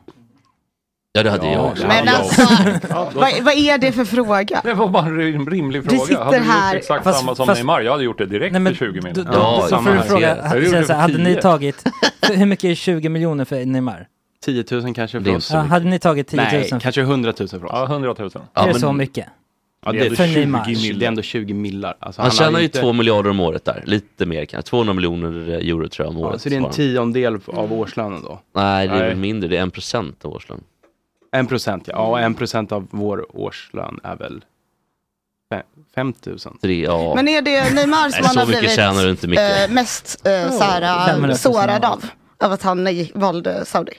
Ja, det hade jag också. Men alltså, vad, vad är det för fråga? Det var bara en rim- rimlig fråga. Du sitter hade du här- gjort exakt Fast- samma som fast- Neymar, jag hade gjort det direkt Nej, men för 20 Då, miljoner. då, då får du fråga, hade, säga så här, hade ni tagit, för hur mycket är 20 miljoner för Neymar? 10 000 kanske Det för är oss. så Ja, mycket. hade ni tagit 10 000? Nej, kanske 100 000 för oss. Ja, 100 000. Är det så mycket? Ja, det, är För ändå Neymar. 20 millar. det är ändå 20 millar. Alltså, Han, har tjänar ju inte- 2 miljarder om året där, lite mer kanske. 200 miljoner euro tror jag om året. Ja, så det är en svarar han. tiondel av årslönen då? Nej, det är Nej. väl mindre. Det är 1% av årslönen. En procent, ja. ja. Och en procent av vår årslön är väl fe- 5 000. Tre, ja. Men är det Neymar som Nej, han så har mycket blivit tjänar du inte, Micke. eh, mest eh, Oh, så här, eh, 500 000 sårad av? Av att han nej, valde Saudi?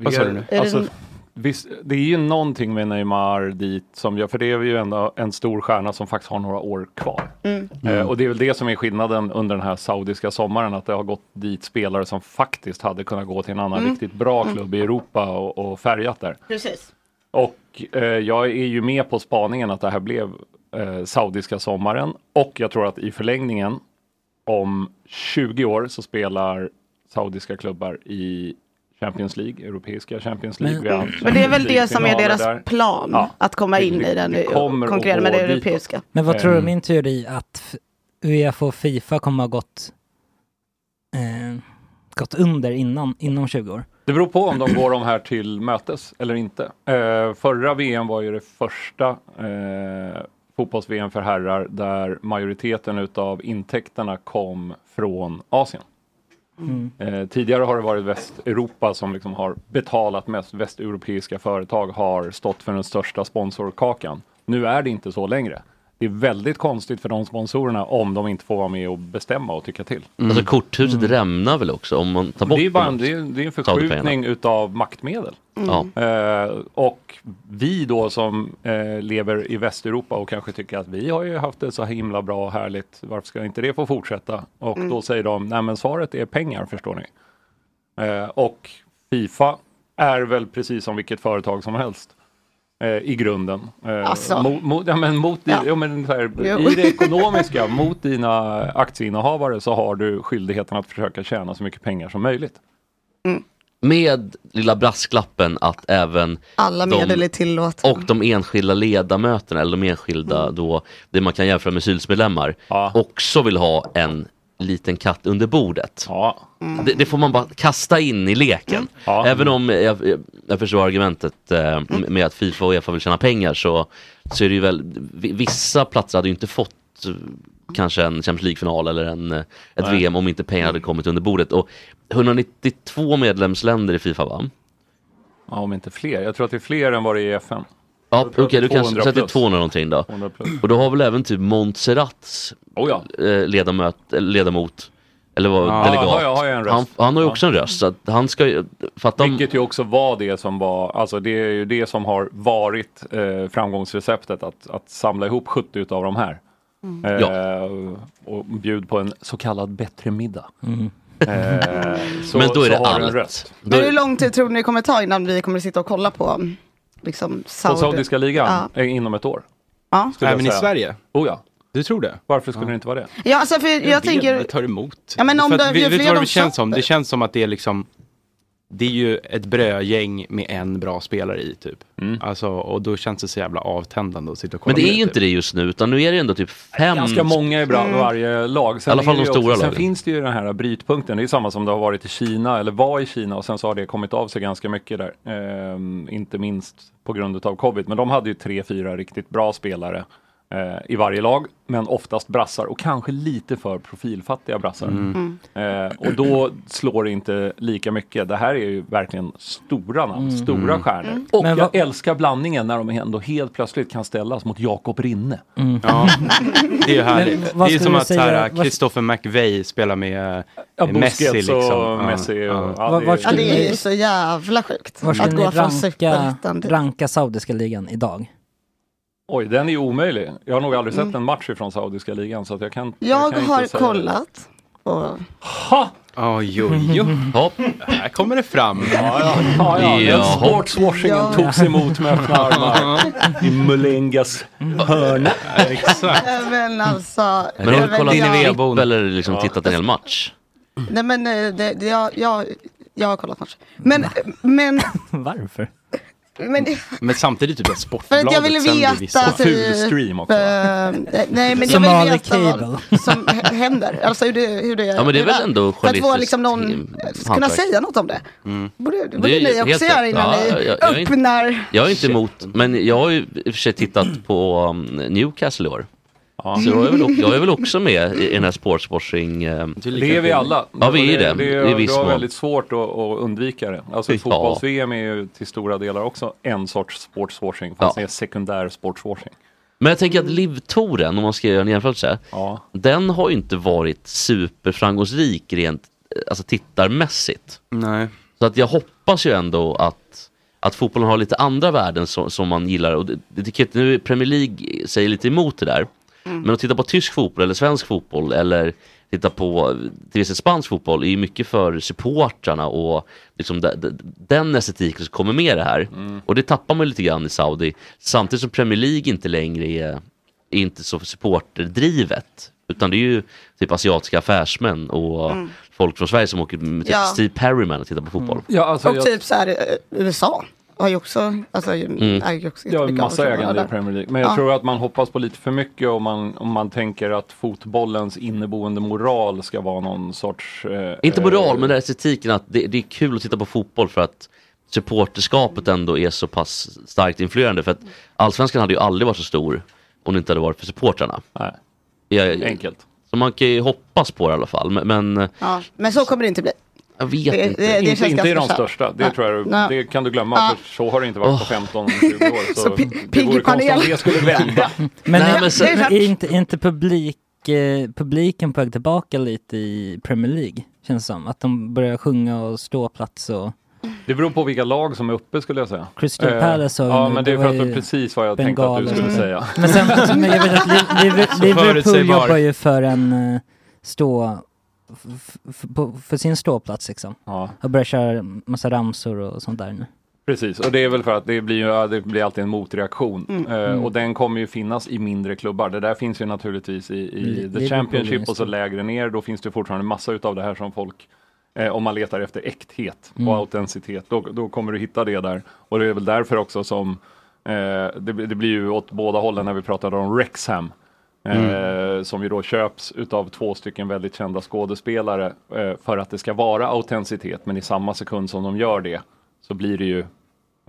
Vad sa du nu? Är Alltså, det- visst, det är ju någonting med Neymar dit som gör, för det är ju ändå en stor stjärna som faktiskt har några år kvar. Mm. Eh, och det är väl det som är skillnaden under den här saudiska sommaren, att det har gått dit spelare som faktiskt hade kunnat gå till en annan Mm. riktigt bra Mm. klubb i Europa och, och färgat där. Precis. Och eh, jag är ju med på spaningen att det här blev eh, saudiska sommaren och jag tror att i förlängningen om 20 år så spelar saudiska klubbar i Champions League, europeiska Champions League. Vi har haft Men det är väl Champions det som är League-finaler deras där. plan, Ja. att komma Det- in det- i den det kommer att konkurrera med gå det dit. europeiska. Men vad tror du Ehm. om min teori att f- Uefa och Fifa kommer ha gått, eh, gått under innan, inom 20 år? Det beror på om de går de här till mötes eller inte. Eh, förra VM var ju det första eh, fotbolls-VM för herrar där majoriteten utav intäkterna kom från Asien. Mm. Eh, tidigare har det varit Västeuropa som liksom har betalat mest. Västeuropeiska företag har stått för den största sponsorkakan. Nu är det inte så längre. Det är väldigt konstigt för de sponsorerna om de inte får vara med och bestämma och tycka till. Mm. Alltså korthuset rämnar väl också om man tar bort Det är, bara de en, här det är, det är en Saudipengarna. förskjutning utav maktmedel. Mm. Eh, och vi då som eh, lever i Västeuropa och kanske tycker att vi har ju haft det så himla bra och härligt, varför ska inte det få fortsätta? Och Mm. då säger de, nej men svaret är pengar förstår ni. Eh, och Fifa är väl precis som vilket företag som helst. eh, I grunden. Eh, Alltså. Mot, mot, ja, men mot, di- Jo, men så här, Jo. I det ekonomiska, mot dina aktieinnehavare så har du skyldigheten att försöka tjäna så mycket pengar som möjligt. Med lilla brasklappen att även Alla de- medel är tillåtna. och de enskilda ledamöterna eller de enskilda då, det man kan jämföra med styrelsemedlemmar, också vill ha en liten katt under bordet. Det, det får man bara kasta in i leken. Även om jag, jag, jag förstår argumentet eh, med att Fifa och Uefa vill tjäna pengar så, så är det ju väl, vi- vissa platser hade ju inte fått eh, kanske en Champions League-final eller en, eh, ett Nej. VM om inte pengar hade kommit under bordet. Och 192 medlemsländer i Fifa va? Ja, om inte fler. Jag tror att det är fler än vad det är i FN. Ja, Jag tror okej, att det är du kanske 200 sätter plus. 200 någonting då. 200 plus. Och då har väl även typ Montserrats oh ja. ledamot, eller ledamot Eller var Ja, delegat. har jag- har jag en röst? Han, han har ju Ja. också en röst. Så att han ska ju, fatta om... Vilket ju också var det som var, alltså det är ju det som har varit eh, framgångsreceptet att, att samla ihop 70 utav de här. Mm. Eh, Ja. Och bjud på en så kallad bättre middag. Mm. Eh, så, Men då är så det har du en allt. röst. Men hur lång tid tror ni det kommer ta innan vi kommer sitta och kolla på liksom, På Saudi? Saudiska ligan eh, inom ett år. Ja. skulle jag Även i säga. Sverige? Oh ja. Du tror det? Varför skulle det inte vara det? Ja, alltså för jag, vet, tänker... Det tar emot. Ja, men om För att det- vi- ju vet du fler vad de det känns som? köper- Det känns som att det är liksom det är ju ett brödgäng med en bra spelare i typ. Mm. Alltså, och då känns det så jävla avtändande att sitta och kolla Men det på är ju inte det just nu, utan nu är det ändå typ fem... typ. Ganska många är bra Mm. varje lag. I alla fall är det de ju stora också, Sen lagen. finns det ju den här brytpunkten. Det är ju samma som det har varit i Kina eller var i Kina och sen så har det kommit av sig ganska mycket där. Ehm, inte minst på grund utav covid. Men de hade ju tre, fyra riktigt bra spelare eh, i varje lag. Men oftast brassar och kanske lite för profilfattiga brassar. Mm. Eh, och då slår det inte lika mycket. Det här är ju verkligen stora namn, Mm. stora Mm. stjärnor. Mm. Och Men jag älskar blandningen när de ändå helt plötsligt kan ställas mot Jakob Rinne. Mm. Ja, det är ju härligt. Men det vad är ju skulle som du att säga- så här, vad- Christopher McVeigh spelar med eh, Ja, Busquets Messi. och Liksom. Messi och- ja, det Var- är- vart Ja, skulle det är ju ni, så jävla sjukt. var skulle att ni gå från ranka, superettan typ. till... ranka Saudiska ligan idag? Oj, den är ju omöjlig. Jag har nog aldrig sett en match ifrån Saudiska ligan så att jag kan Jag kan inte har säga. kollat. Och... Ha! Oj, oj, oj. Här kommer det fram. Ja, ja, ja, ja. Den Jaha. sportswashingen Ja. togs emot med öppna armar. I Mulengas hörna. Exakt. Nej, Men alltså. Men har nej, du kollat jag- klipp eller liksom tittat en hel match? Nej men eh, det, det, jag, jag, jag har kollat matchen. Men, men, Varför? men det- Men samtidigt typ att för Sportbladet att jag ville veta. typ, eh, nej men jag vill Somali veta vad Cable. som h- händer. Alltså hur det, hur det Ja, men det är väl ändå För att få journalistiskt liksom någon, hantverk. kunna säga något om det. Mm. Borde, Det det borde är ni helt också rätt. göra innan Ja, ni jag- jag är inte- öppnar. Jag är inte emot, men jag har ju i och för sig tittat på um, Newcastle i år. Så jag är, väl, o- jag är väl också med i, i den här sportswashing... Um. Det är vi alla. Ja, vi är Och det, det i viss det var mån. väldigt svårt att, att undvika det. Alltså Ja. fotbolls-VM är ju till stora delar också en sorts sportswashing, fast det är sekundär sportswashing. Men jag tänker att Livtoren, om man ska göra en jämförelse, den har ju inte varit superframgångsrik rent eh, alltså, tittarmässigt. Nej. Så att jag hoppas ju ändå att, att fotbollen har lite andra värden som, som man gillar. Och det, det tycker jag att nu är Premier League säger lite emot det där. Men att titta på tysk fotboll eller svensk fotboll eller titta på eh, till exempel spansk fotboll är ju mycket för supportrarna och liksom de, de, den estetiken som kommer med det här. Och det tappar man ju lite grann i Saudi. Samtidigt som Premier League inte längre är, är inte så supporterdrivet. Utan det är ju typ asiatiska affärsmän och Mm. folk från Sverige som åker med typ Ja. Steve Perryman och tittar på fotboll. Ja, alltså, och jag- typ så här, eh, USA har ju också, alltså, Mm. är ju också Ja, jättemycket massa av sådana ägande i där. Premier League. Men jag Ja. tror att man hoppas på lite för mycket om man, om man tänker att fotbollens inneboende moral ska vara någon sorts... eh, Inte eh, moral, men den här estetiken att det, det är kul att titta på fotboll för att supporterskapet ändå är så pass starkt influerande. För att allsvenskan hade ju aldrig varit så stor om det inte hade varit för supportrarna. Jag, Enkelt. Så man kan ju hoppas på det i alla fall. Men, men Ja, men så kommer det inte bli. jag vet Det- inte. det- det inte känns inte i de ganska största, det, Nej. tror jag, Nej. det kan du glömma. Ja. För så har det inte varit på 15-20 år. Så, Så pi- det vore konstigt om pigpanel. det skulle vända. Men, Nej, är, men så- men är inte, är inte publik, eh, publiken på väg tillbaka lite i Premier League? Känns som. Att de börjar sjunga och ståplats och... Det beror på vilka lag som är uppe skulle jag säga. Crystal Eh, Palace har ju Ja, nu- men det är det för var att det var ju precis vad jag tänkte att du bengaler. skulle Mm. säga. Men sen, men jag vet att Liv- Liv- Så Liverpool förutsägbar. jobbar ju för en eh, stå... f- f- på- För sin ståplats liksom. Ja. Och börjar köra massa ramsor och sånt där nu. Precis, och det är väl för att det blir, ju, ja, det blir alltid en motreaktion. Mm. Eh, Mm. Och den kommer ju finnas i mindre klubbar. Det där finns ju naturligtvis i, i Liverpool The är Championship minst. och så lägre ner. Då finns det fortfarande massa utav det här som folk, eh, om man letar efter äkthet Mm. och autenticitet, då, då kommer du hitta det där. Och det är väl därför också som eh, det, blir- det blir ju åt båda hållen när vi pratade om Rexham. Eh, som ju då köps utav två stycken väldigt kända skådespelare eh, för att det ska vara autenticitet men i samma sekund som de gör det så blir det ju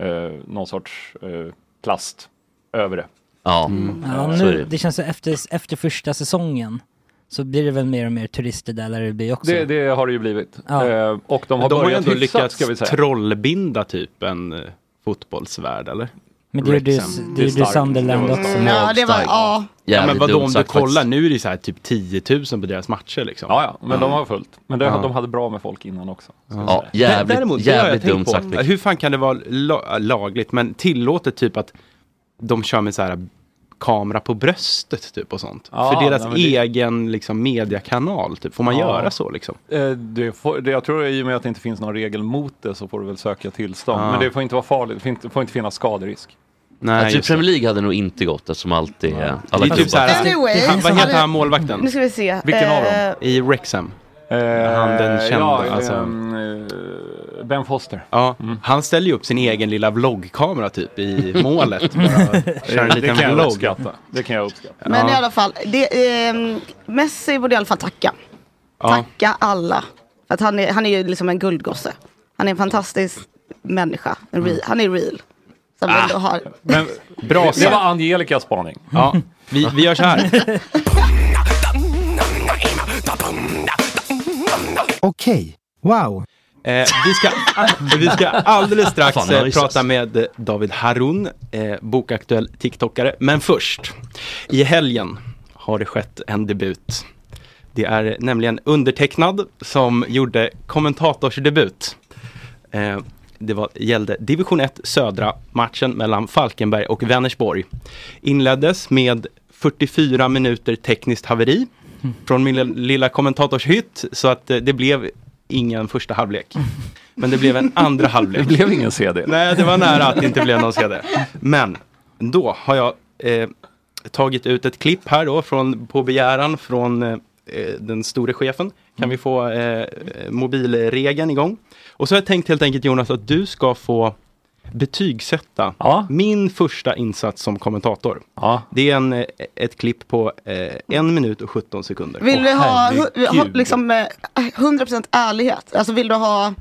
eh, någon sorts eh, plast över det. Ja, Mm. Mm. Ja, nu, det känns så efter, efter första säsongen så blir det väl mer och mer turister där lär det bli också. Det, det har det ju blivit. Ja. Eh, och de har de har ju börjat ändå hyfsat lyckats ska vi säga. trollbinda typ en eh, fotbollsvärld, eller? Men det gjorde ju- Wrexham. det gjorde ju Sunderland också. Ja, det var- ja. Ja, men Jävligt vadå dumt om du sagt kollar, faktiskt. nu är det så här typ 10 000 på deras matcher liksom. Ja, ja, men de har fullt. Men det, Ja. de hade bra med folk innan också. ska jag Ja, säga. jävligt, Däremot, jävligt dumt sagt. Hur fan kan det vara la- lagligt, men tillåtet typ att de kör med så här kamera på bröstet typ och sånt. Ja, För deras nej, men det- egen liksom mediakanal, typ. får man Ja. göra så liksom? Eh, Det får, det, jag tror i och med att det inte finns någon regel mot det så får du väl söka tillstånd. Ah. Ja. Men det får inte vara farligt, det får inte, får inte finnas skaderisk. Nej, jag tror just det. alltså, Premier League hade nog inte gått eftersom allt är... Alla Det är typ klubbar. så här- Anyway, Alltså, Han- vad heter hade- han målvakten? eh, Nu ska vi se. Vilken av Eh, dem? I Wrexham. han den kända. Eh, ja, alltså. ehm, eh, Ben Foster. Ja, han ställer ju upp sin egen lilla vloggkamera typ i målet. Bara Kör en Det liten kan jag vlogg. uppskatta. Det kan jag uppskatta. Men i alla fall, det, ehm, Messi borde i alla fall tacka. Ja. Tacka alla. För att han är, han är ju liksom en guldgosse. Han är en fantastisk människa. En Mm. re, Han är real. Som Ah. ändå har... Men, Bra det sagt. var Angelicas spaning. Ja, vi, vi gör så här. Okej, wow. Eh, vi, ska, vi ska alldeles strax Fan, eh, nice. prata med David Harun, eh, bokaktuell TikTokare. Men först, i helgen har det skett en debut. Det är nämligen undertecknad som gjorde kommentatorsdebut. Eh, det var, gällde division 1 södra matchen mellan Falkenberg och Vänersborg. Inleddes med 44 minuter tekniskt haveri från min lilla- lilla kommentatorshytt så att eh, det blev ingen första halvlek. Men det blev en andra halvlek. Det blev ingen CD. Nej, det var nära att det inte blev någon CD. Men då har jag eh, tagit ut ett klipp här då från, på begäran från eh, eh, den store chefen. Kan Mm. vi få eh, mobilregeln igång? Och så har jag tänkt helt enkelt Jonas att du ska få betygsätta min första insats som kommentator. Det är en, eh, ett klipp på eh, 1 minut och 17 sekunder. Vill Åh, du ha, hu- ha herregud. liksom, eh, 100% ärlighet? Alltså vill du ha...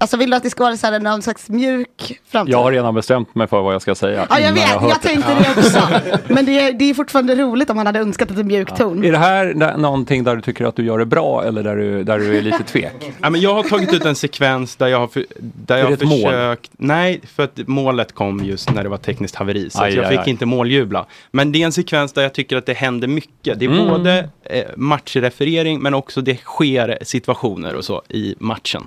Alltså vill du att det ska vara så här, någon slags mjuk framtid? Jag har redan bestämt mig för vad jag ska säga. Ja, jag innan vet. har hört Jag tänkte det också. Men det är, det är fortfarande roligt om han hade önskat att en mjuk ton. Är det här nä- någonting där du tycker att du gör det bra eller där du, där du är lite tvek? Ja, men jag har tagit ut en sekvens där jag har, för, där Är jag det har ett mål? försökt... Nej, för att målet kom just när det var tekniskt haveri. Så Aj, att jag aj, fick aj. inte måljubla. Men det är en sekvens där jag tycker att det händer mycket. Det är Mm. både eh, matchreferering men också det sker situationer och så i matchen.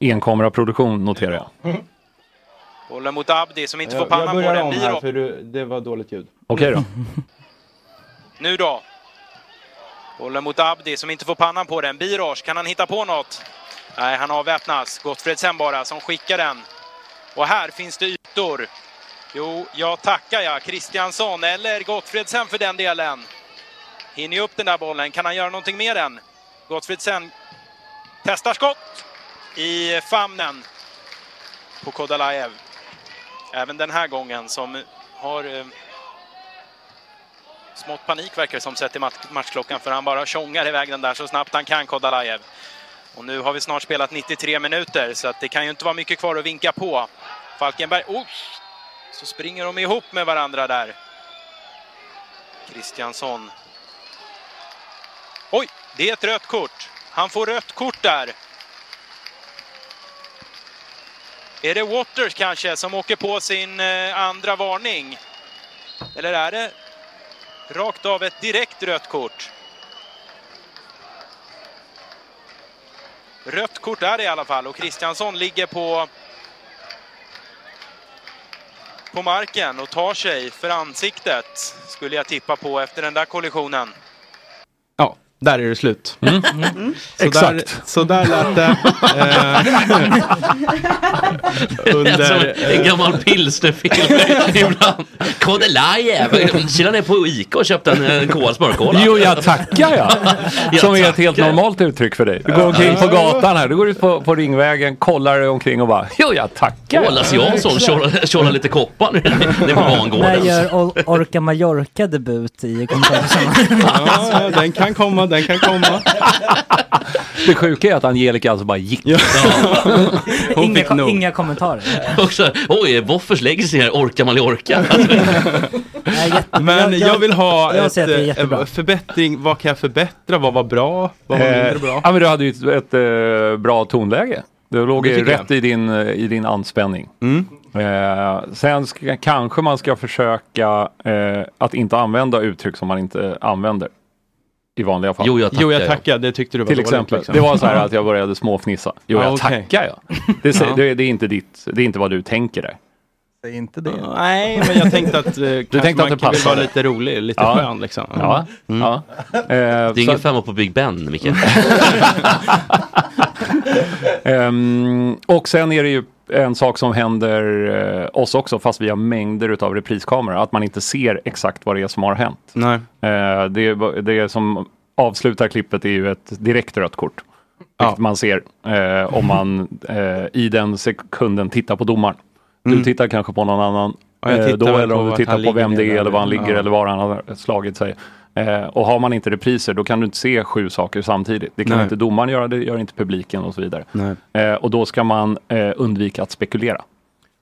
Enkameraproduktion noterar jag. Bollen mot Abdi som inte får pannan jag på börjar den. om här Miro. för du, det var dåligt ljud. Okej då. Nu då. Bollen mot Abdi som inte får pannan på den. Birage, kan han hitta på något? Nej, han avväpnas. Gottfredsen bara som skickar den. Och här finns det ytor. Jo, jag tackar jag. Kristiansson eller Gottfredsen för den delen. Hinner ju upp den där bollen. Kan han göra någonting med den? Gottfredsen testar skott. i famnen på Kodalaev. Även den här gången som har eh, smått panik verkar det som sett i mat- matchklockan för han bara tjongar iväg den där så snabbt han kan Kodalaev. Och nu har vi snart spelat 93 minuter så att det kan ju inte vara mycket kvar att vinka på. Falkenberg, oh, så springer de ihop med varandra där. Kristiansson. Oj, det är ett rött kort. Han får rött kort där. Är det Waters kanske som åker på sin eh, andra varning? Eller är det rakt av ett direkt rött kort? Rött kort är det i alla fall och Kristiansson ligger på på marken och tar sig för ansiktet skulle jag tippa på efter den där kollisionen. Ja, där är det slut. Mm. Så Exakt. Där, så där lät det. Eh, Under, som en gammal pilsnerfilm ibland. Kodelajev! Kilade ner på Ica och köpte en eh, kola, smörkola. Jo, jag tackar jag. Som är ett helt normalt uttryck för dig. Du går omkring på gatan här, du går ut på, på Ringvägen, kollar dig omkring och bara Jo, jag tackar. Ålas Jansson tjollar- tjollar lite koppar nu nere på När bangården. Eh, gör Or- Orca Mallorca debut i konkursen? ja, den kan komma, den kan komma. Det sjuka är att Angelica alltså bara gick. inga, ko- inga kommentarer. Också, oj, Woffers lägger sig ner, orkar man orka? Eh, Men Men jag vill ha jag ett, säger att det är eh, förbättring. Vad kan jag förbättra? Vad var bra? Vad var mindre Eh, bra? ja, men du hade ju ett, ett eh, bra tonläge. Du låg Det ju tycker rätt i din, eh, i din anspänning. Eh, sen ska, kanske man ska försöka eh, att inte använda uttryck som man inte använder i vanliga fall. Jo, jag tackar, Jo, jag tackar. ja. Det tyckte du var Till dåligt, exempel, liksom. det var så här Ja. att jag började småfnissa. Jo, Ja, jag okej. tackar jag. Det, säger- Ja. det, det, är inte ditt, det är inte vad du tänker där. Säg inte det. Ah, Nej, men jag tänkte att eh, Du kanske tänkte att man det vill passade? vara lite rolig, lite Ja. skön liksom. Ja. ja. det är ingen femma på Big Ben, Micke. Ehm, och sen är det ju en sak som händer eh, oss också, fast vi har mängder av repriskameror, att man inte ser exakt vad det är som har hänt. Nej. Eh, det, är ba- det som avslutar klippet är ju ett direkt rött kort. Vilket man ser eh, om man eh, i den sekunden tittar på domaren. Du Mm. tittar kanske på någon annan Ja, jag eh, tittar då väl eller på om du vart tittar han på vem ligger det är eller var han eller- ligger ja. eller var han har slagit sig. Eh, och har man inte repriser då kan du inte se sju saker samtidigt. Det kan Nej. inte domaren göra, det gör inte publiken och så vidare. Nej. Eh, och då ska man eh, undvika att spekulera.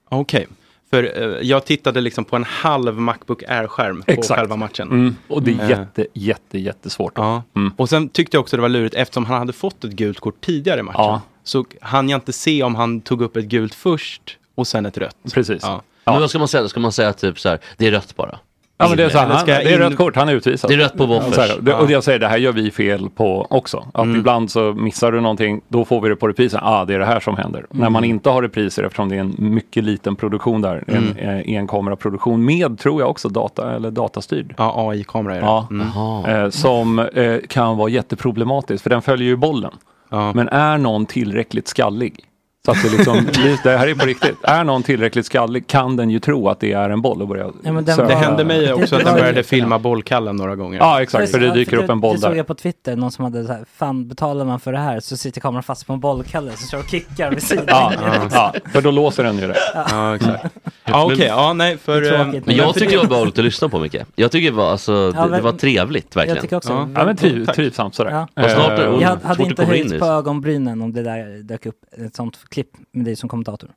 Okej, för eh, jag tittade liksom på en halv Macbook Air-skärm på Exakt. själva matchen. Mm. Och det är Eh, jätte, Mm. jätte, jättesvårt. Ja. Och sen tyckte jag också det var lurigt eftersom han hade fått ett gult kort tidigare i matchen. Ja. Så hann jag inte se om han tog upp ett gult först och sen ett rött. Precis. Ja. Men vad ska man säga? Ska man säga typ så här, det är rött bara? Ja, men det är så här, Eller han, ska jag det är in- rött kort, han är utvisad. Det är rött på Ja, Woffers. så här, det, och jag säger, det här gör vi fel på också. Att ibland så missar du någonting, då får vi det på reprisen. Ah, det är det här som händer. När man inte har repriser, eftersom det är en mycket liten produktion där, en eh, enkameraproduktion med, tror jag också, data eller datastyrd. Ja, AI-kamera är det. Ja, Mm. eh, som eh, kan vara jätteproblematisk, för den följer ju bollen. Men är någon tillräckligt skallig, så att det liksom, det här är på riktigt, är någon tillräckligt skallig kan den ju tro att det är en boll och börja Ja, men den söka. var- Det hände mig också att jag började ju- filma bollkallen några gånger. Ja, exakt, för det dyker upp en boll Det såg där. jag på Twitter, någon som hade så här, fan betalar man för det här så sitter kameran fast på en bollkalle så kör och kickar vid sidan. Ja, ja, för då låser den ju det. Ja, exakt. Ja, okej. Ja, nej, för... Mm. eh, Det är tråkigt. Men jag Men- tycker det var behagligt att lyssna på mycket. Jag tycker det var, alltså, Ja, det, det var men- trevligt verkligen. Jag tycker också Ja, det. Ja, men triv, trivsamt sådär. Ja. Och snart, Eh, Jag hade- fort hade du inte kommer in höjt i- på ögonbrynen om det där dök upp, ett sånt klipp med dig som kommentator.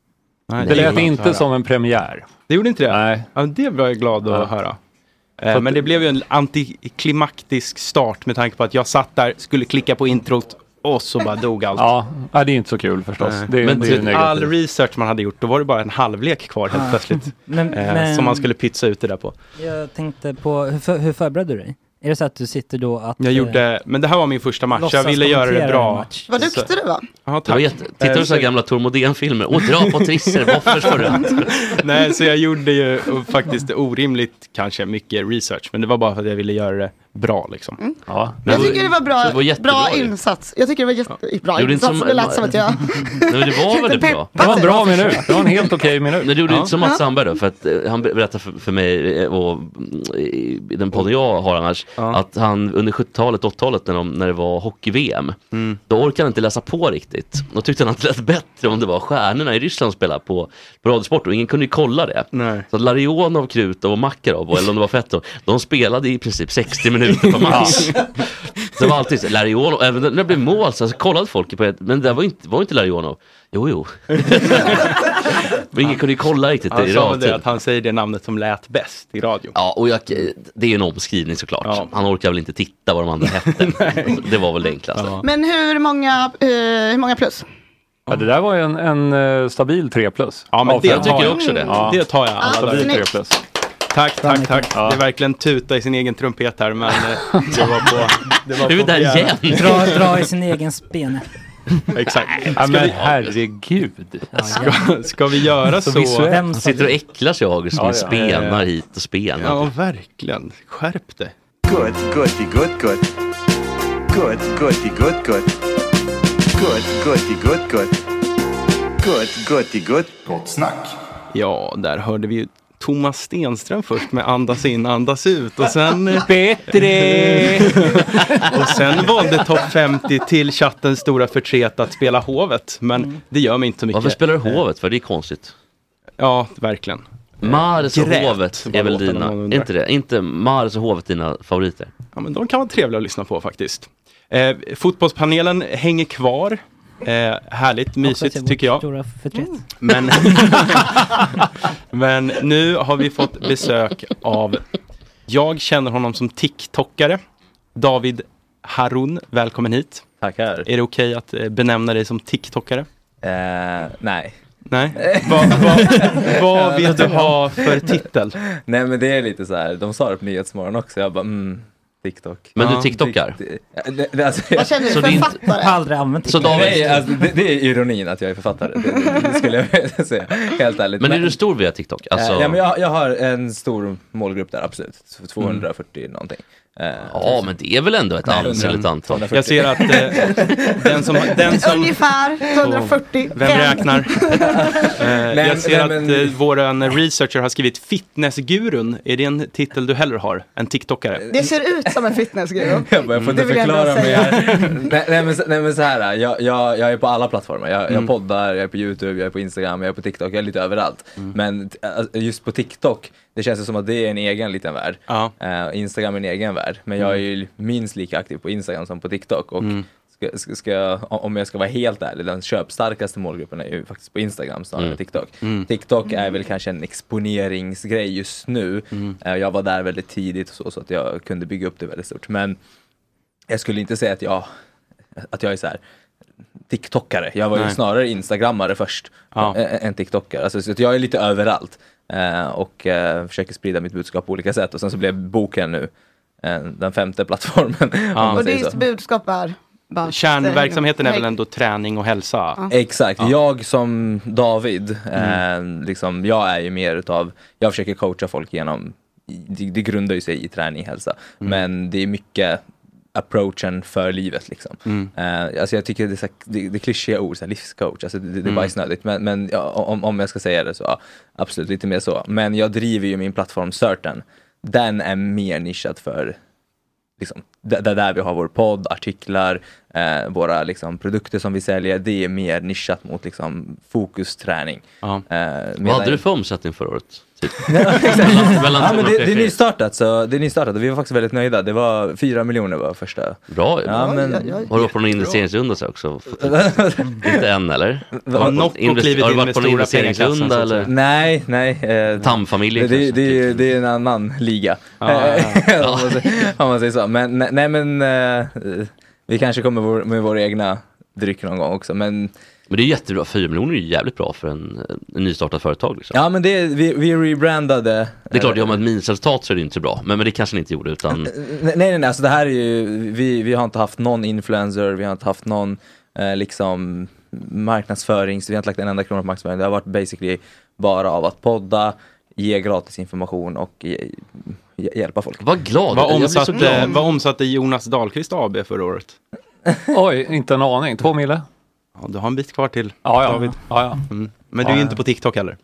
Nej, Det är lät skönt att inte höra. som en premiär. Det gjorde inte det? Nej. Ja, det var jag glad att höra. Eh, Men det blev ju en antiklimaktisk start med tanke på att jag satt där, skulle klicka på introt och så bara dog allt. Ja, nej, det är inte så kul förstås. Nej. Det är, men det är ju du vet, all negativt. research man hade gjort, då var det bara en halvlek kvar helt Ja. plötsligt. Ah, Men- eh, men- Som man skulle pytsa ut det där på. Jag tänkte på, hur, för, hur förberedde du dig? Är det så att du sitter då att... Jag gjorde, men det här var min första match, jag Eh, Låtsas ville göra det kommentera en bra. match. Vad duktig du var. Ja, Eh, Det var jätte... Tittar du så här gamla Tormodén-filmer? Åh, dra på trisser, Woffers får rött. Nej, så jag gjorde ju faktiskt orimligt kanske mycket research, men det var bara för att jag ville göra det bra liksom. Ja. Mm. Jag tycker det var bra, bra insats. Jag tycker det var jätte, bra Gjorde inte insats. som- Det lät som att jag... Nej, men det var väldigt bra. Det var en bra minut. Det var en helt okej minut. Men det gjorde Ja. inte som Ja. Mats Sandberg då, för att eh, han ber- berättar för, för mig eh, och mm, i i den podden jag har annars, att han under 70-talet, 80-talet när, de, när det var hockey-VM, Mm. då orkade han inte läsa på riktigt. Då tyckte han att det lät bättre om det var stjärnorna i Ryssland som spelade på, på Radiosport och ingen kunde ju kolla det. Så att Larionov, Krutov och Makarov, eller om det var Fetov, de spelade i princip 60 minuter på match. Så det var alltid så, Larionov, även när det blev mål så alltså, kollade folk på ett, men det där var ju inte, var ju inte Larionov. Jo, jo. Men ingen kunde ju kolla riktigt Han i sa väl realtid. det att han säger det namnet som lät bäst i radio. Ja, och jag, det är ju en omskrivning såklart. Han orkar väl inte titta vad de andra hette. det var väl det enklaste. Men hur många, eh, hur många plus? Ja, det där var ju en, en eh, stabil 3 plus. Ja, men Av det fem. tar jag. Mm. Det tar jag. alla Stabil dagar. 3 plus. Tack, tack, tack. Det är verkligen tuta i sin egen trumpet här, men eh, det var på... Det var, Du är på där begäran. igen. Dra, dra i sin egen spene. Exakt. Ja, men herregud. Ska, ska vi göra så? Han sitter och äcklar sig August som Ja, en ja. spenar Eh, hit och spenar. Ja, verkligen. Skärp dig. Good, goody, good, good. Good, goody, good, good. Good, goody, good, good. Good, goody, good. Gott snack. Ja, där hörde vi ju Thomas Stenström först med Andas in, andas ut och sen... Bättre! och sen valde Topp 50 till chattens stora förtret att spela hovet, men det gör mig inte så mycket. Eh. Varför spelar du hovet? För det är konstigt. Ja, verkligen. Mars och Grät hovet var är väl låten om dina, man är undrar. inte det? Inte Mars och hovet dina favoriter? Ja, men de kan vara trevliga att lyssna på faktiskt. Eh, fotbollspanelen hänger kvar. Eh, härligt, mysigt tycker jag. Mm. Stora förtret. Men, men nu har vi fått besök av, jag känner honom som TikTokare, David Harun. Välkommen hit. Tackar. Är det okej att eh, benämna dig som TikTokare? Eh, nej. Nej. Vad- vad- vad vill du ha för titel? Nej men det är lite så här, de sa det på Nyhetsmorgon också, jag bara mm, TikTok. Men du TikTokar? Det- det- det- alltså- Vad känner du? Så det är inte- Författare? Jag har aldrig använt Så TikTok. Nej, alltså, det, det är ironin att jag är författare, det, det, det skulle jag vilja säga. Helt ärligt. Men är du stor via TikTok? Alltså, Eh, ja, men jag, jag har en stor målgrupp där, absolut. 240 någonting. Eh, Mm. Ja, men det är väl ändå ett Nej, ansenligt antal. 240. Jag ser att, eh, den som- den som- Ungefär 240. Vem räknar? Eh, Men- jag ser men- att eh, våran researcher har skrivit fitnessgurun. Är det en titel du hellre har än TikTokare? Det ser ut som en fitnessgrej. Jag bara, jag får inte Det vill jag ändå förklara mig säga. här. nej, nej, men, så- nej men så här, jag, jag, jag är på alla plattformar. Jag, Mm. jag poddar, jag är på YouTube, jag är på Instagram, jag är på TikTok, jag är lite överallt. Mm. Men t- alltså, just på TikTok, det känns ju som att det är en egen liten värld. Eh, Instagram är en egen värld. Men jag är Mm. ju minst lika aktiv på Instagram som på TikTok. Och ska, ska, ska, jag- om jag ska vara helt ärlig, den köpstarkaste målgruppen är ju faktiskt på Instagram snarare Mm. än TikTok. TikTok är väl kanske en exponeringsgrej just nu. Mm. Eh, Jag var där väldigt tidigt och så, så att jag kunde bygga upp det väldigt stort. Men jag skulle inte säga att jag, att jag är så här TikTokare. Jag var ju Nej. snarare instagrammare först Ja. ä- ä- än TikTokare. Alltså, så att jag är lite överallt eh, och eh, försöker sprida mitt budskap på olika sätt. Och sen så blev boken nu eh, den femte plattformen. Om man Och säger så. ditt budskap är? bara- eh, Kärnverksamheten är väl ändå träning och hälsa? Exakt, jag som David, Mm. eh, liksom, jag är ju mer utav, jag försöker coacha folk genom, det, det grundar ju sig i träning, hälsa, Mm. men det är mycket approachen för livet liksom. Mm. Eh, alltså jag tycker det är, så här, det, det är klyschiga ord, så här, livscoach, alltså det, det är Mm. bajsnödigt. Men, men ja, om, om jag ska säga det så, ja, absolut lite mer så. Men jag driver ju min plattform Certain. Den är mer nischad för liksom, det det är där vi har vår podd, artiklar, eh, våra liksom, produkter som vi säljer. Det är mer nischat mot liksom, fokusträning. Eh, Ja. medan- Vad hade du för omsättning förra året? Typ. Mellan ja, men det, det 240. är nystartat, så det är nystartat och vi var faktiskt väldigt nöjda. Det var fyra miljoner var första. Bra ju. Ja, men- Har du varit på någon investeringsrunda så också? Inte än eller? Vad- du varit på Nocco invest- klivit har du in varit med på någon stora pengar investeringsrunda i kassan, så att eller? säga? Nej, nej. Eh, Tamfamiljen det, det, kanske, typ. Ah. det, det är en annan liga. Ja, ja, Eh, om, man säger, om man säger så. Men ne- nej men eh, vi kanske kommer vår, med våra egna dryck någon gång också. Men Men det är jättebra, 4 miljoner är ju jävligt bra för en, en nystartat företag. Liksom. ja eh, men det, vi, vi rebrandade. Det är klart, gör man ett minusresultat så är det inte så bra, men, men det kanske ni inte gjorde utan Nej nej nej, alltså det här är ju, vi, vi har inte haft någon influencer, vi har inte haft någon eh, liksom marknadsföring, så vi har inte lagt en enda krona på marknadsföring. Det har varit basically bara av att podda, ge gratis information och ge, hj- hjälpa folk. Vad glad! Vad omsatte, vad omsatte Jonas Dahlqvist AB förra året? Oj, inte en aning. Två mille? Ja, du har en bit kvar till. Ja, ja. David. ja, ja. Mm. Men du Ja, är ju ja. inte på TikTok heller.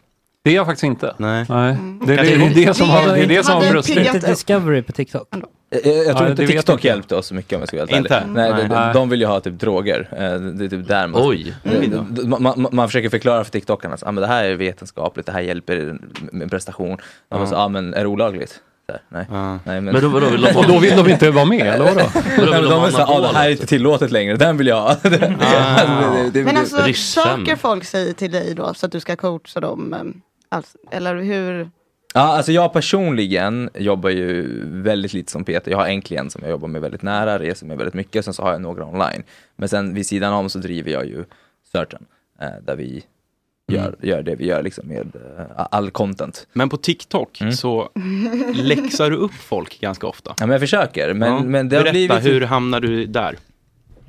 Det är jag faktiskt inte. Nej. Nej. Det, det, det är det som har, det är det som har brustit. Inte Discovery på TikTok. Eh, Jag, Eh, jag tror Ja, inte det vet TikTok inte. hjälpte oss så mycket om jag ska vara helt Inte? ärlig. Nej, Nej. de- De, de vill ju ha typ droger. Eh, Det är typ där man... Oj. Mm. Man, man, man försöker förklara för TikTokarna att ah, men det här är vetenskapligt, det här hjälper med- med prestation. De bara Ja. så, ah, men är det olagligt? Så här, nej. nej Men då- vadå, vill de- Och då vill de inte vara med, eller vadå? Nej, men de är så här, ah, det här är inte tillåtet längre, den vill jag ha. Det- det- det- det- Men alltså det- saker folk säger till dig då så att du ska coacha dem? em, Alltså, eller hur? Ja, alltså jag personligen jobbar ju väldigt lite som PT. Jag har en klient som jag jobbar med väldigt nära, reser med väldigt mycket, sen så har jag några online. Men sen vid sidan om så driver jag ju Certain, eh, där vi Mm. gör, gör det vi gör liksom med eh, all content. Men på TikTok så läxar du upp folk ganska ofta. Mm. Ja, men jag försöker. Men, Ja. men det har Berätta, blivit... typ- hur hamnar du där?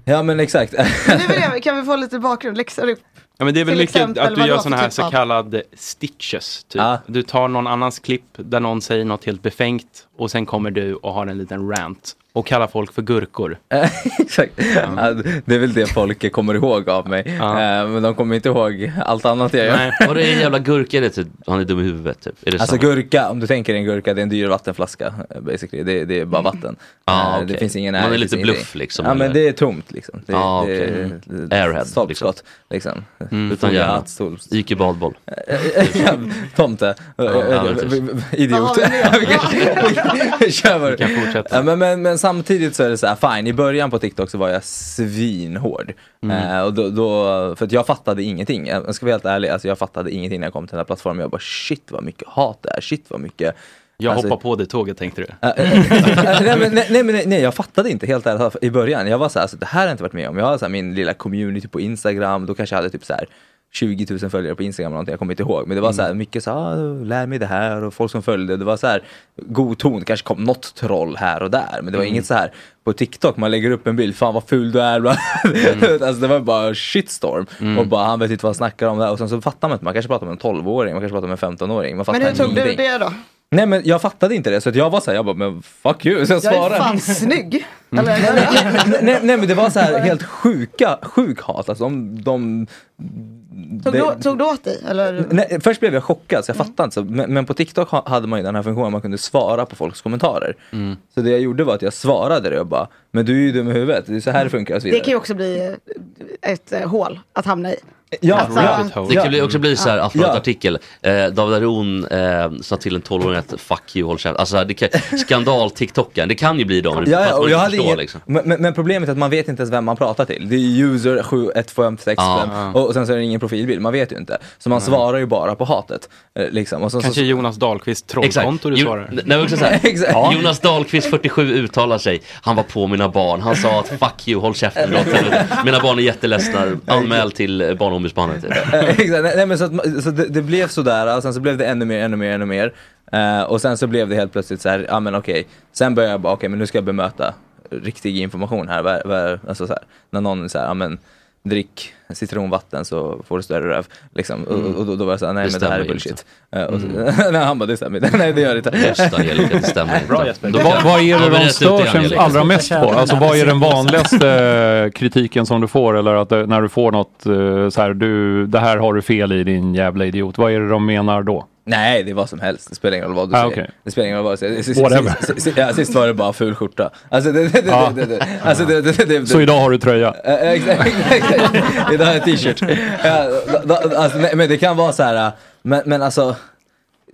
Ja, men exakt. Men nu vill jag, kan vi få lite bakgrund? Läxar upp? Ja, men det är väl Till mycket exempel, att du vad gör då för sådana här typ av- så kallade stitches. Typ. Du tar någon annans klipp där någon säger något helt befängt och sen kommer du och har en liten rant och kallar folk för gurkor. Eh. Exakt. Ja, det är väl det folk kommer ihåg av mig. Eh, Men de kommer inte ihåg allt annat jag gör. Var det en jävla gurka det typ? Han är dum i huvudet typ. Är det Alltså samma? gurka, om du tänker en gurka, det är en dyr vattenflaska eh, basically. Det, det är bara vatten. Ah, Eh, okej. Det finns ingen Man är det lite finns ingenting. bluff, liksom, Ja eller? men det är tomt liksom. Det, Ah, det, okej. det- Airhead, Stolpskott liksom. Mm, utan hjärna. IQ badboll. Tomte. ja, men precis. Idiot. Kör vad du kan fortsätta. Ja, men, men, men samtidigt så är det så här, fine, i början på TikTok så var jag svinhård. Mm. Eh, och då, då, för att jag fattade ingenting, jag ska vara helt ärlig, alltså jag fattade ingenting när jag kom till den här plattformen. Jag bara shit vad mycket hat det är, shit vad mycket Jag Alltså- hoppar på det tåget tänkte du. Eh, nej, men, nej, nej, men nej, nej, jag fattade inte helt ärligt i början. Jag var så här, alltså, det här har jag inte varit med om. Jag har så här, min lilla community på Instagram, då kanske jag hade typ så här 20 000 följare på Instagram eller någonting, jag kommer inte ihåg. Men det var Mm. så här mycket så här, "Ah, lär mig det här och folk som följde. Det var så här god ton, kanske kom något troll här och där. Men det var Mm. inget så här på TikTok, man lägger upp en bild, fan vad ful du är. alltså det var bara shitstorm. Mm. Och bara han vet inte vad han snackar om. Där. Och sen så fattar man inte, man kanske pratar om en 12-åring, man kanske pratar om en 15-åring. Man fattar Men hur tog du ingenting. det då? Nej men jag fattade inte det så att jag var såhär, jag bara men fuck you, så jag Jag är svarade. fan snygg. Eller, nej, nej, nej men det var så här helt sjuka, sjuk hat. Alltså de, de, tog, det- du, tog du åt dig? Eller? Nej, först blev jag chockad så Mm. jag fattade inte. Så, men, men på TikTok ha- hade man ju den här funktionen, man kunde svara på folks kommentarer. Så det jag gjorde var att jag svarade det och bara, men du är ju dum i huvudet, det är så här det funkar och så Mm. Det vidare. kan ju också bli ett eh, hål att hamna i. Ja, Det kan bli, också bli så här, Ja. Aftonbladet-artikel. Eh, David Aron eh, sa till en 12-åring att fuck you, håll käften. Alltså, så här, det kan- skandal-TikTokaren, det kan ju bli dem. Ja, fast ja, man och inte jag hade förstår, ingen, liksom. men, men, men problemet är att man vet inte ens vem man pratar till. Det är ju user 71565 Ja. och, och sen så är det ingen profilbild, man vet ju inte. Så man Nej. svarar ju bara på hatet. eh, Liksom. Och sen, Kanske så, Jonas Dahlqvist trollkonto du Jo- svarar. Nej, men också så här, Exakt. Ja. Jonas Dahlqvist, 47, uttalar sig. Han var på mina barn. Han sa att fuck you, håll käften. Bra TV. mina barn är jätteledsna. Anmäl till eh, Barnombudsmannen. Typ. Eh, Exakt, nej, nej, men så att, man- så det, det blev sådär och sen så blev det ännu mer, ännu mer, ännu mer. Eh, och sen så blev det helt plötsligt så här, ja men okej. Sen började jag bara, okej men nu ska jag bemöta riktig information här. Vad- vad- alltså så här när någon säger, ja men drick citronvatten så får du större röv. Liksom. Och- Mm. Och, och då, då var jag såhär, nej Det men det här stämmer är inte. bullshit. Eh, och så, nej, han bara, det stämmer inte. nej det gör det inte. Just det, Angelica, det stämmer inte. Bra, Jesper. Vad, vad är det de stör sig liksom. allra mest på? Alltså vad är den vanligaste eh, kritiken som du får? Eller att eh, när du får något eh, så här, du, det här har du fel i din jävla idiot. Vad är det de menar då? Nej, det är vad som helst. Det spelar ingen roll vad du Ah, säger. okej. Det spelar ingen roll vad du säger. Sist, Whatever. sist, sist, ja, sist var det bara ful skjorta. Alltså det, det, det, Ja. det, det, alltså det, det, det, det. Så idag har du tröja. Eh, eh, Exakt, exakt. Idag har jag t-shirt. Ja, da- da- alltså, nej, men det kan vara så här, äh, men, men alltså,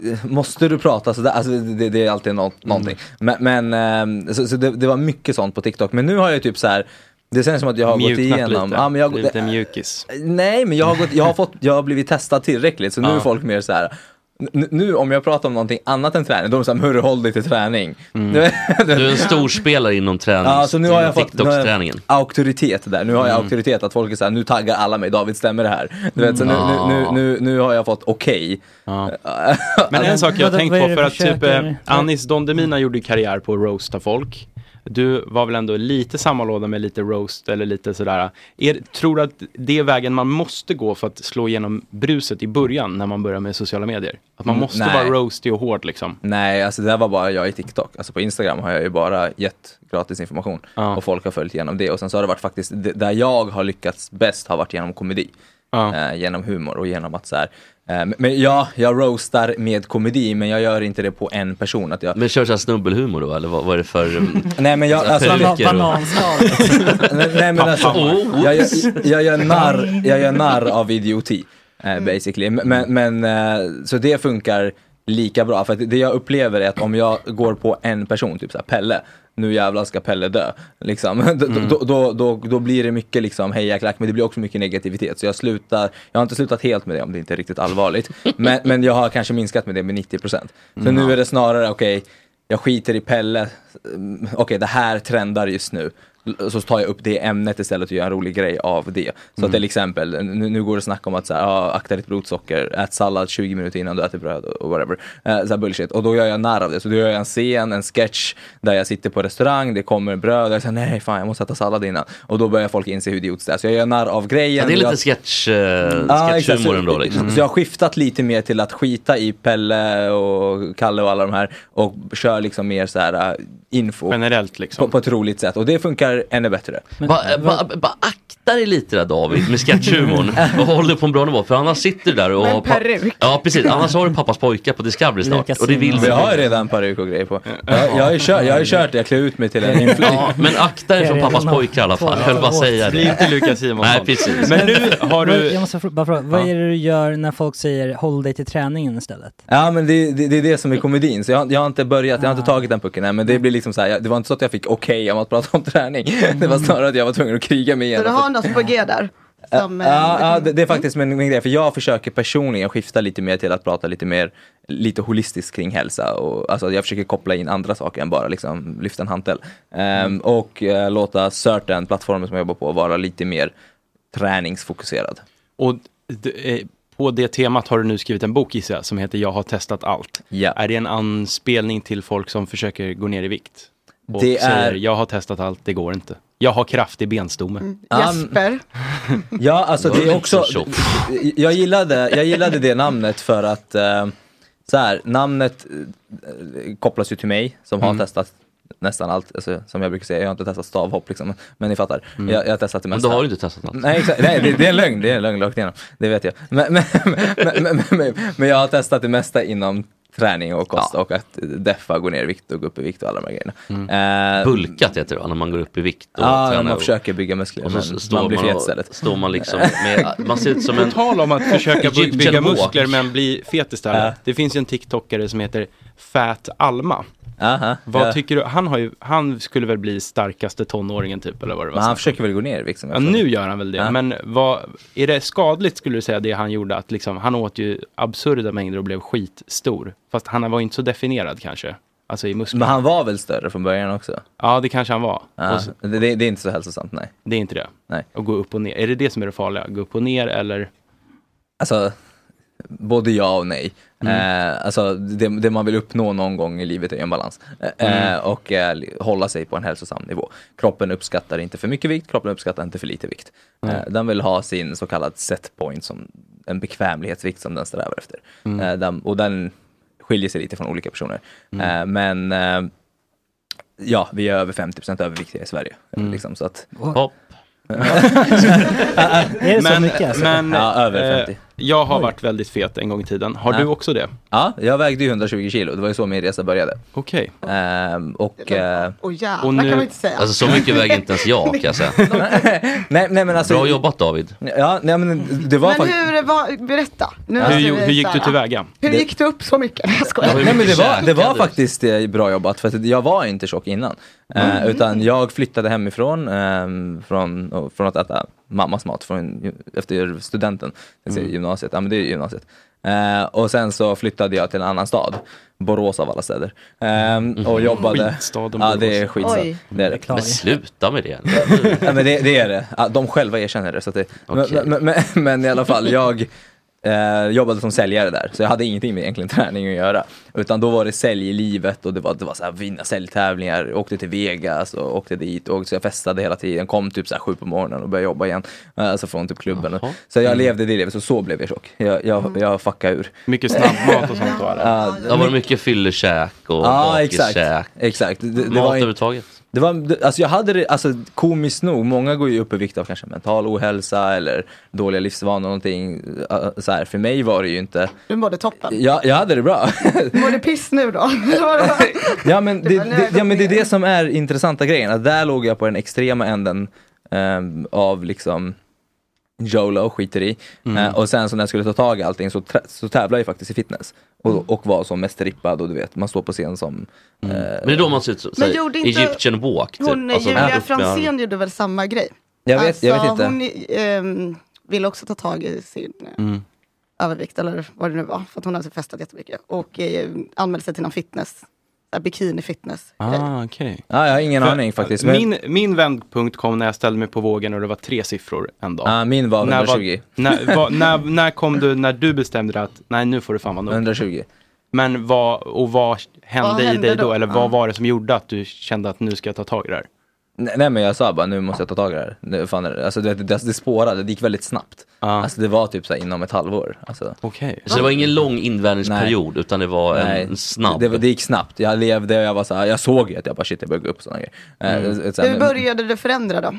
eh, måste du prata sådär? Alltså, det, det- det är alltid Mm. nå- någonting. Men, men ehm, så, så det, det var mycket sånt på TikTok. Men nu har jag typ så här, det känns som att jag har gått Mjuknat igenom. lite. Ja, men jag, Blivit en mjukis. Nej, men jag har, gått, jag, har fått, jag har blivit testad tillräckligt så nu Ja. är folk mer så här. "N- Nu om jag pratar om någonting annat än träning, då är de såhär, hörru håll dig till träning. Mm. Du är en storspelare inom träning. Ja, så nu har jag fått nu har jag TikTok-träningen. auktoritet där. Nu har jag Mm. auktoritet att folk är såhär, nu taggar alla mig, David stämmer det här. Du vet, så nu, nu, nu, nu, nu har jag fått okej. Alltså- Men en sak jag har tänkt på för att typ eh, Annie Anis Don Demina gjorde ju karriär på att roasta folk. Du var väl ändå lite samma låda med lite roast eller lite sådär. Är, tror du att det är vägen man måste gå för att slå igenom bruset i början när man börjar med sociala medier? Att man Mm, måste nej. vara roasty och hård liksom? Nej, alltså det där var bara jag i TikTok. Alltså på Instagram har jag ju bara gett gratis information Ja. och folk har följt igenom det. Och sen så har det varit faktiskt, det- där jag har lyckats bäst har varit genom komedi. Eh, genom humor och genom att så här, eh, men- men ja, jag roastar med komedi men jag gör inte det på en person. Att jag... Men kör såhär snubbelhumor då eller vad, vad är det för... um, Nej men jag, sådana alltså, peruker och- nej, nej men alltså, Pappa, oh, jag, jag, oops. jag, gör narr, jag gör narr av idioti eh, Mm. basically. Men- Men, men eh, så det funkar lika bra. För att det jag upplever är att om jag går på en person, typ såhär Pelle, nu jävlar ska Pelle dö. Liksom. Då, Mm. då, då, då, då blir det mycket liksom heja klack, men det blir också mycket negativitet. Så jag slutar, jag har inte slutat helt med det om det inte är riktigt allvarligt. Men, men jag har kanske minskat med det med 90%. Så Mm. nu är det snarare, okej, jag skiter i Pelle, Mm, okej det här trendar just nu. L- Så tar jag upp det ämnet istället och gör en rolig grej av det. Så Mm. till exempel, nu, nu går det snack om att så här, ah, akta ditt blodsocker, ät sallad 20 minuter innan du äter bröd och whatever. Eh, så här bullshit. Och då gör jag narr av det. Så då gör jag en scen, en sketch där jag sitter på restaurang, det kommer bröd, jag säger nej fan jag måste äta sallad innan. Och då börjar folk inse hur idiotiskt det är. Så jag gör narr av grejen. Ja, det är jag... lite sketch, uh, exakt. sketchhumor ändå Så- liksom. Så jag har skiftat lite mer till att skita i Pelle och Kalle och alla de här och kör liksom mer så här äh, info. Generellt liksom. På, på ett roligt sätt och det funkar ännu bättre. Bara ba, ba, akta dig lite där David med sketchhumor och håll dig på en bra nivå för annars sitter du där och... Med en har pa- peruk. Ja precis, annars har du pappas pojkar på Discovery snart och det vill du jag har ju inte. redan paruk och grejer på. Jag, jag, har ju kört, jag har ju kört det, jag klär ut mig till en influencer. Ja, men akta dig från pappas pojkar i alla fall, jag vill bara säga det. Det är inte Lukas Simonsson. Nej precis. Men nu har Men Jag måste fr- bara fråga, vad Ja. är det du gör när folk säger håll dig till träningen istället? Ja men det, det, det är det som är komedin, så jag, har- jag har inte börjat, jag har inte tagit den pucken än men det blir liksom så här, jag, det var inte så att jag fick okej om att prata om träning. Det var snarare att jag var tvungen att kriga mig Så igenom. du har något på G där? Som, eh, Ja, ja det, det är faktiskt min, min grej. För jag försöker personligen skifta lite mer till att prata lite mer lite holistiskt kring hälsa. Och, alltså, jag försöker koppla in andra saker än bara liksom, lyfta en hantel. Ehm, Och eh, låta certain, plattformen som jag jobbar på, vara lite mer träningsfokuserad. Och d- eh, på det temat har du nu skrivit en bok gissar jag, som heter Jag har testat allt. Är det en anspelning till folk som försöker gå ner i vikt? Och Det säger är- jag har testat allt, det går inte. Jag har kraftig benstomme. Jesper? Ja, alltså det är också, jag gillade, jag gillade det namnet för att eh, så här, namnet eh, kopplas ju till mig som har Mm. testat nästan allt, alltså, som jag brukar säga, jag har inte testat stavhopp liksom, men ni fattar. Mm. Jag, jag har testat det Men mesta. då har du inte testat allt. Nej, exakt. Nej det, det är en lögn, det är en lögn rakt igenom. Det vet jag. Men, men, men, men, men, men jag har testat det mesta inom träning och kost och att deffa, gå ner i vikt och gå upp i vikt och alla de här grejerna. Eh, Mm. Bulkat heter det va, när man går upp i vikt och Ja, tränar man och- försöker bygga muskler, och så men s- står man blir och- fet istället. Står man liksom med, man ser ut som en... På tal om att försöka by- Egyptian bygga walk. muskler men bli fet istället. Ja. Det finns ju en TikTokare som heter Fat Alma. Vad Ja. tycker du? Han, har ju, han skulle väl bli starkaste tonåringen typ eller vad det var. Men han snack om. försöker väl gå ner i vikt som jag Ja, förstår. nu gör han väl det. Ja. Men vad, är det skadligt skulle du säga det han gjorde? Att liksom, han åt ju absurda mängder och blev skitstor. Fast han var ju inte så definierad kanske. Alltså i muskler. Men han var väl större från början också? Ja, det kanske han var. Ja, Och så- det, det, det är inte så hälsosamt, nej. det är inte det. Nej. Att gå upp och ner. Är det det som är det farliga? Gå upp och ner eller? Alltså, både ja och nej. Mm. Eh, alltså, det, det man vill uppnå någon gång i livet är ju en balans. Eh, Mm. Och eh, li- hålla sig på en hälsosam nivå. Kroppen uppskattar inte för mycket vikt, kroppen uppskattar inte för lite vikt. Nej. Eh, den vill ha sin så kallad set point, som en bekvämlighetsvikt som den strävar efter. Mm. Eh, den, och den skiljer sig lite från olika personer. Mm. Eh, men eh, ja, vi är över 50% överviktiga i Sverige. Mm. Liksom, så att, Eh, Hopp. Är det så men, mycket, alltså? Men, Ja, över eh, 50. jag har Oj. varit väldigt fet en gång i tiden. Har Ja. du också det? Ja, jag vägde ju 120 kilo. Det var ju så min resa började. Okej. och... Eh, Åh jävlar kan man inte säga. Alltså så mycket väger inte ens jag kan jag säga. nej, nej, men alltså, Bra jobbat David. Ja, nej, men det var Men faktiskt... hur, var, berätta. Nu Ja. måste Hur- vi hur gick så du här, tillväga? Hur Det- gick du upp så mycket? Jag skojar. Nej, men det, var, det var käkade du? faktiskt eh, bra jobbat för att jag var inte tjock innan. Eh, Mm. utan jag flyttade hemifrån eh, från, och- från att äta mammas mat från, ju- efter studenten, jag säger Mm. gymnasiet, ja men det är gymnasiet. Eh, och sen så flyttade jag till en annan stad, Borås av alla städer. Eh, och jobbade... Skitstaden Ja det är Borås. skitstad. Oj. Det är det. Men sluta med det. ja, men det, det är det. Ja, De själva erkänner det. Så att det Okej. men, men, men, men i alla fall, jag eh, jobbade som säljare där, så jag hade ingenting med egentligen träning att göra. Utan då var det säljlivet och det var, det var så här, vinna säljtävlingar, Jag åkte till Vegas och åkte dit och så jag festade hela tiden, kom typ så här sju på morgonen och började jobba igen. Eh, Alltså från typ klubben. Jaha. Så jag Mm. levde det livet, så så blev jag tjock. Jag, jag, jag fuckade ur. Mycket snabbmat och sånt var det. Ja, Det var mycket fyllekäk och Ja, exakt. bakiskäk. exakt. Det, det Mat var in- överhuvudtaget. Det var, det- alltså jag hade det, alltså komiskt nog, många går ju upp i vikt av kanske mental ohälsa eller dåliga livsvanor någonting. äh, Så här, för mig var det ju inte, Du mådde toppen. jag, jag hade det bra. Mår du piss nu då? ja, men det, det, ja men det är det som är intressanta grejen, att där låg jag på den extrema änden ehm, av liksom YOLO skiter i. Mm. Eh, och sen så när jag skulle ta tag i allting så, trä- så tävlade jag faktiskt i fitness. Mm. Och, och var som mest rippad och du vet, man står på scen som... eh, Men det är då man ser ut som Men gjorde inte Egyptian walk. typ. Alltså, Hon, Julia Franzén gjorde väl samma grej? Alltså, Jag vet- jag vet inte. Hon ehm, ville också ta tag i sin eh, Mm. övervikt eller vad det nu var. För att hon hade festat jättemycket. Och eh, anmälde sig till någon fitness. eh, Bikini fitness. Ah, okej. jag har ingen aning faktiskt, men- Min, min vändpunkt kom när jag ställde mig på vågen och det var tre siffror en dag. Ah, min var När 120. när, var- när, när kom du, när du bestämde dig att nej nu får det fan vara nog? 120. Men vad, och vad hände, Vad i hände dig då? då? Eller vad Ja. var det som gjorde att du kände att nu ska jag ta tag i det här? Nej, nej men jag sa bara nu måste jag ta tag i det här. Nu, fan, är det- alltså, det, det, det spårade, det gick väldigt snabbt. Alltså det var typ så här, inom ett halvår. Alltså. Okej. Så det var ingen lång invänjningsperiod utan det var en Nej. en snabb. Det, var- det gick snabbt, jag levde och jag var så här, jag såg ju att jag bara shit jag började gå upp och sådana grejer. Mm. Eh, det- så här, Hur men- började du förändra då?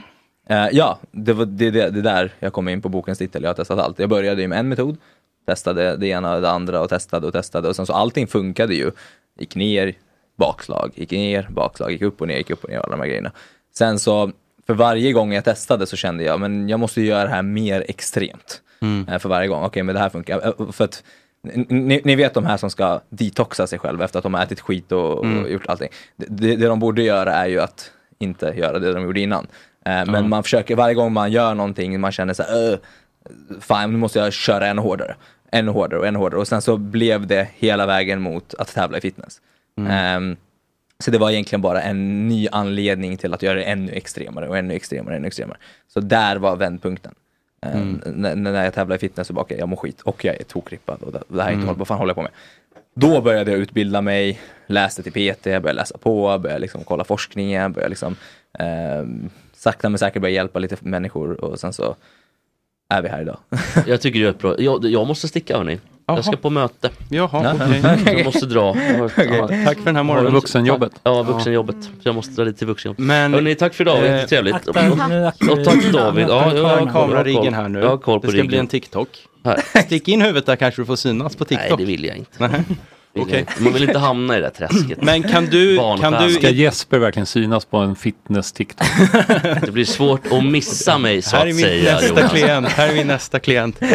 Eh, ja, det var det, det, det där jag kom in på bokens titel. Jag har testat allt. Jag började ju med en metod, testade det ena och det andra och testade och testade och sen så allting funkade ju. Gick ner, bakslag, gick ner, bakslag, gick upp och ner, gick upp och ner, alla de här grejerna. Sen så, för varje gång jag testade så kände jag, men jag måste ju göra det här mer extremt. Eh, för varje gång. Okej, men det här funkar. Eh, För att, n- ni, ni vet de här som ska detoxa sig själva efter att de har ätit skit och, och Mm. gjort allting. Det- Det, det de borde göra är ju att inte göra det de gjorde innan. Eh, men Ja. man försöker, varje gång man gör någonting, man känner så här, "Ugh, fan nu måste jag köra ännu hårdare. Ännu hårdare och ännu hårdare. Och sen så blev det hela vägen mot att tävla i fitness. Mm. Ehm, så det var egentligen bara en ny anledning till att göra det ännu extremare och ännu extremare och ännu extremare. Så där var vändpunkten. Ehm, Mm. när, när jag tävlar i fitness så bara, okej, jag mår skit och jag är tokrippad och det, det här är inte Mm. hållbart, vad fan håller jag på med? Då började jag utbilda mig, läste till PT, började läsa på, började liksom kolla forskningen, började liksom ehm, sakta men säkert börja hjälpa lite människor och sen så är vi här idag. Jag tycker det är ett bra. Jag, jag måste sticka hörni. Jag ska på möte. Jaha, okej. Jag måste dra. Jag har ett Okej, annat- tack för den här morgonen. Vuxenjobbet. Ja, Ja. vuxenjobbet. Så jag måste dra lite till vuxenjobbet. Men- Hörni, tack för idag. Eh, Jättetrevligt. Och, akta- Mm. nu aktar och vi- tack David. Ja, jag har koll- jag har koll. kamerariggen här nu. Jag har koll på det ska bli riggen. en TikTok. Stick in huvudet där kanske du får synas på TikTok. Nej, det vill jag inte. Nej. Vill Okej. jag inte. Man vill inte hamna i det där träsket. Men kan du- Barnstjärna. kan du- Ska Jesper verkligen synas på en fitness-tiktok? Det blir svårt att missa mig så Här är att min säga. nästa Jonas. klient, här är min nästa klient. Är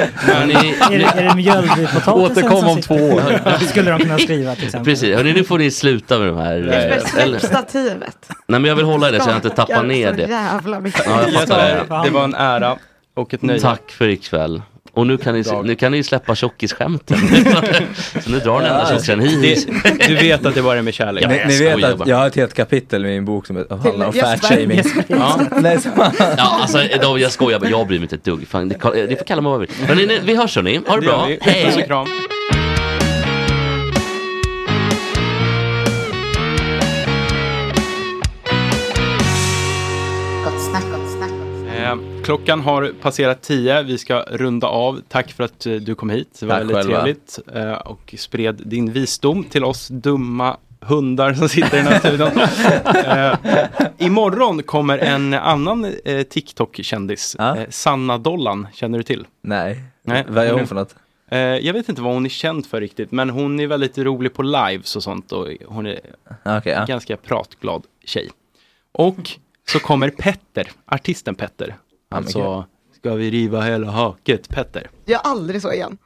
det, är det mjöld i potatisen Återkom som om sitter? två år. Skulle de kunna skriva till exempel. Precis, hörni nu får ni sluta med de här. Jesper, eh, släpp Eller, stativet. nej men jag vill hålla i det så jag inte tappar Skakar ner så det. Jävla mycket. Ja, jag fattar Det var en ära och ett nöje. Tack för ikväll. Och nu kan ni, nu kan ni ju släppa tjockisskämten. så nu drar ni ända tjockisen hit. Det- Du vet att det var det med kärlek. Ja, ni, jag ni skojar vet att bara. jag har ett helt kapitel i min bok som handlar om Till Jesper. fat shaming. Ja. Nej, så- Ja, alltså, då, jag skojar bara, jag bryr mig inte ett dugg. Fan, det, kan- eh, ni får kalla mig vad ni vill. Hörni, nu- vi hörs hörni, ha det Det gör bra. vi. Puss och Hej! kram. Gott snack, gott snack. Eh, klockan har passerat tio. Vi ska runda av. Tack för att eh, du kom hit. Det var Tack väldigt själva. trevligt. Eh, och spred din visdom till oss dumma hundar som sitter i den här studion. eh, imorgon kommer en annan eh, TikTok-kändis. Eh, Sanna Dollan, känner du till? Nej. Vad är hon för något? Eh, jag vet inte vad hon är känd för riktigt, men hon är väldigt rolig på lives och sånt och hon är Okej, ja. ganska pratglad tjej. Och så kommer Petter, artisten Petter. men Alltså, ska vi riva hela haket Petter? Gör aldrig så igen.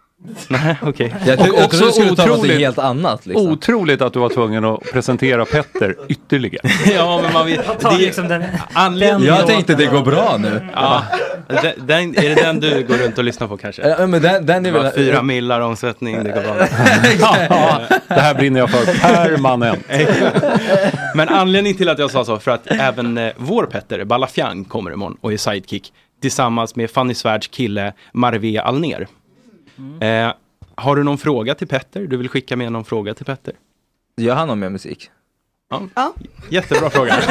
Nej, okej. Jag tro- jag trodde du skulle ta något helt annat, liksom. Otroligt att du var tvungen att presentera Petter ytterligare. ja, men man vet. Jag tar liksom den, Anledningen Jag var- tänkte det går bra nu. Ja, den, den, är det den du går runt och lyssnar på kanske? Ja, men den, den är Det var väl... fyra millar omsättning, det går bra. Det här brinner jag för permanent. Men anledningen till att jag sa så, för att även eh, vår Petter Balafiang kommer imorgon och är sidekick tillsammans med Fanny Svärds kille Marve Alner. Eh, har du någon fråga till Petter? Du vill skicka med någon fråga till Petter? Gör han någon mer musik? Ja. Jättebra fråga.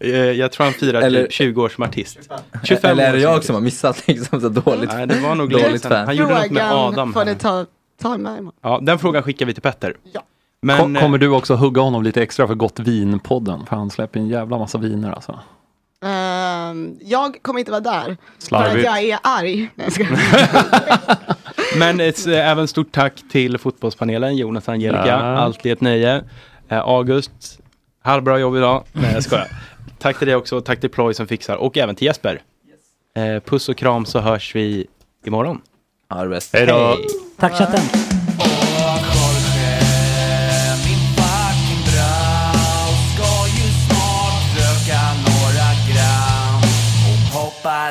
Eh, jag tror han firar Eller- typ 20 år som artist. 25 Eller är det år jag som har missat liksom så dåligt? Nej, det var nog länge dåligt sedan. fan. Han gjorde något med Adam. får här. ni ta, ta med imorgon. Ja, den frågan skickar vi till Petter. Ko- eh, kommer du också hugga honom lite extra för Gott Vin-podden? För han släpper en jävla massa viner alltså. Ehm, jag kommer inte vara där. För att Slarvigt. jag är arg. Nej, jag skojar. Men ett, eh, även stort tack till fotbollspanelen, Jonas och Angelica, Ja. alltid ett nöje. Eh, August, halvbra jobb idag. Nej, jag skojar. tack till dig också, tack till Ploy som fixar och även till Jesper. Eh, puss och kram så hörs vi imorgon. Ha det bäst. Hej då. Tack chatten. ska ju snart röka några gram och hoppa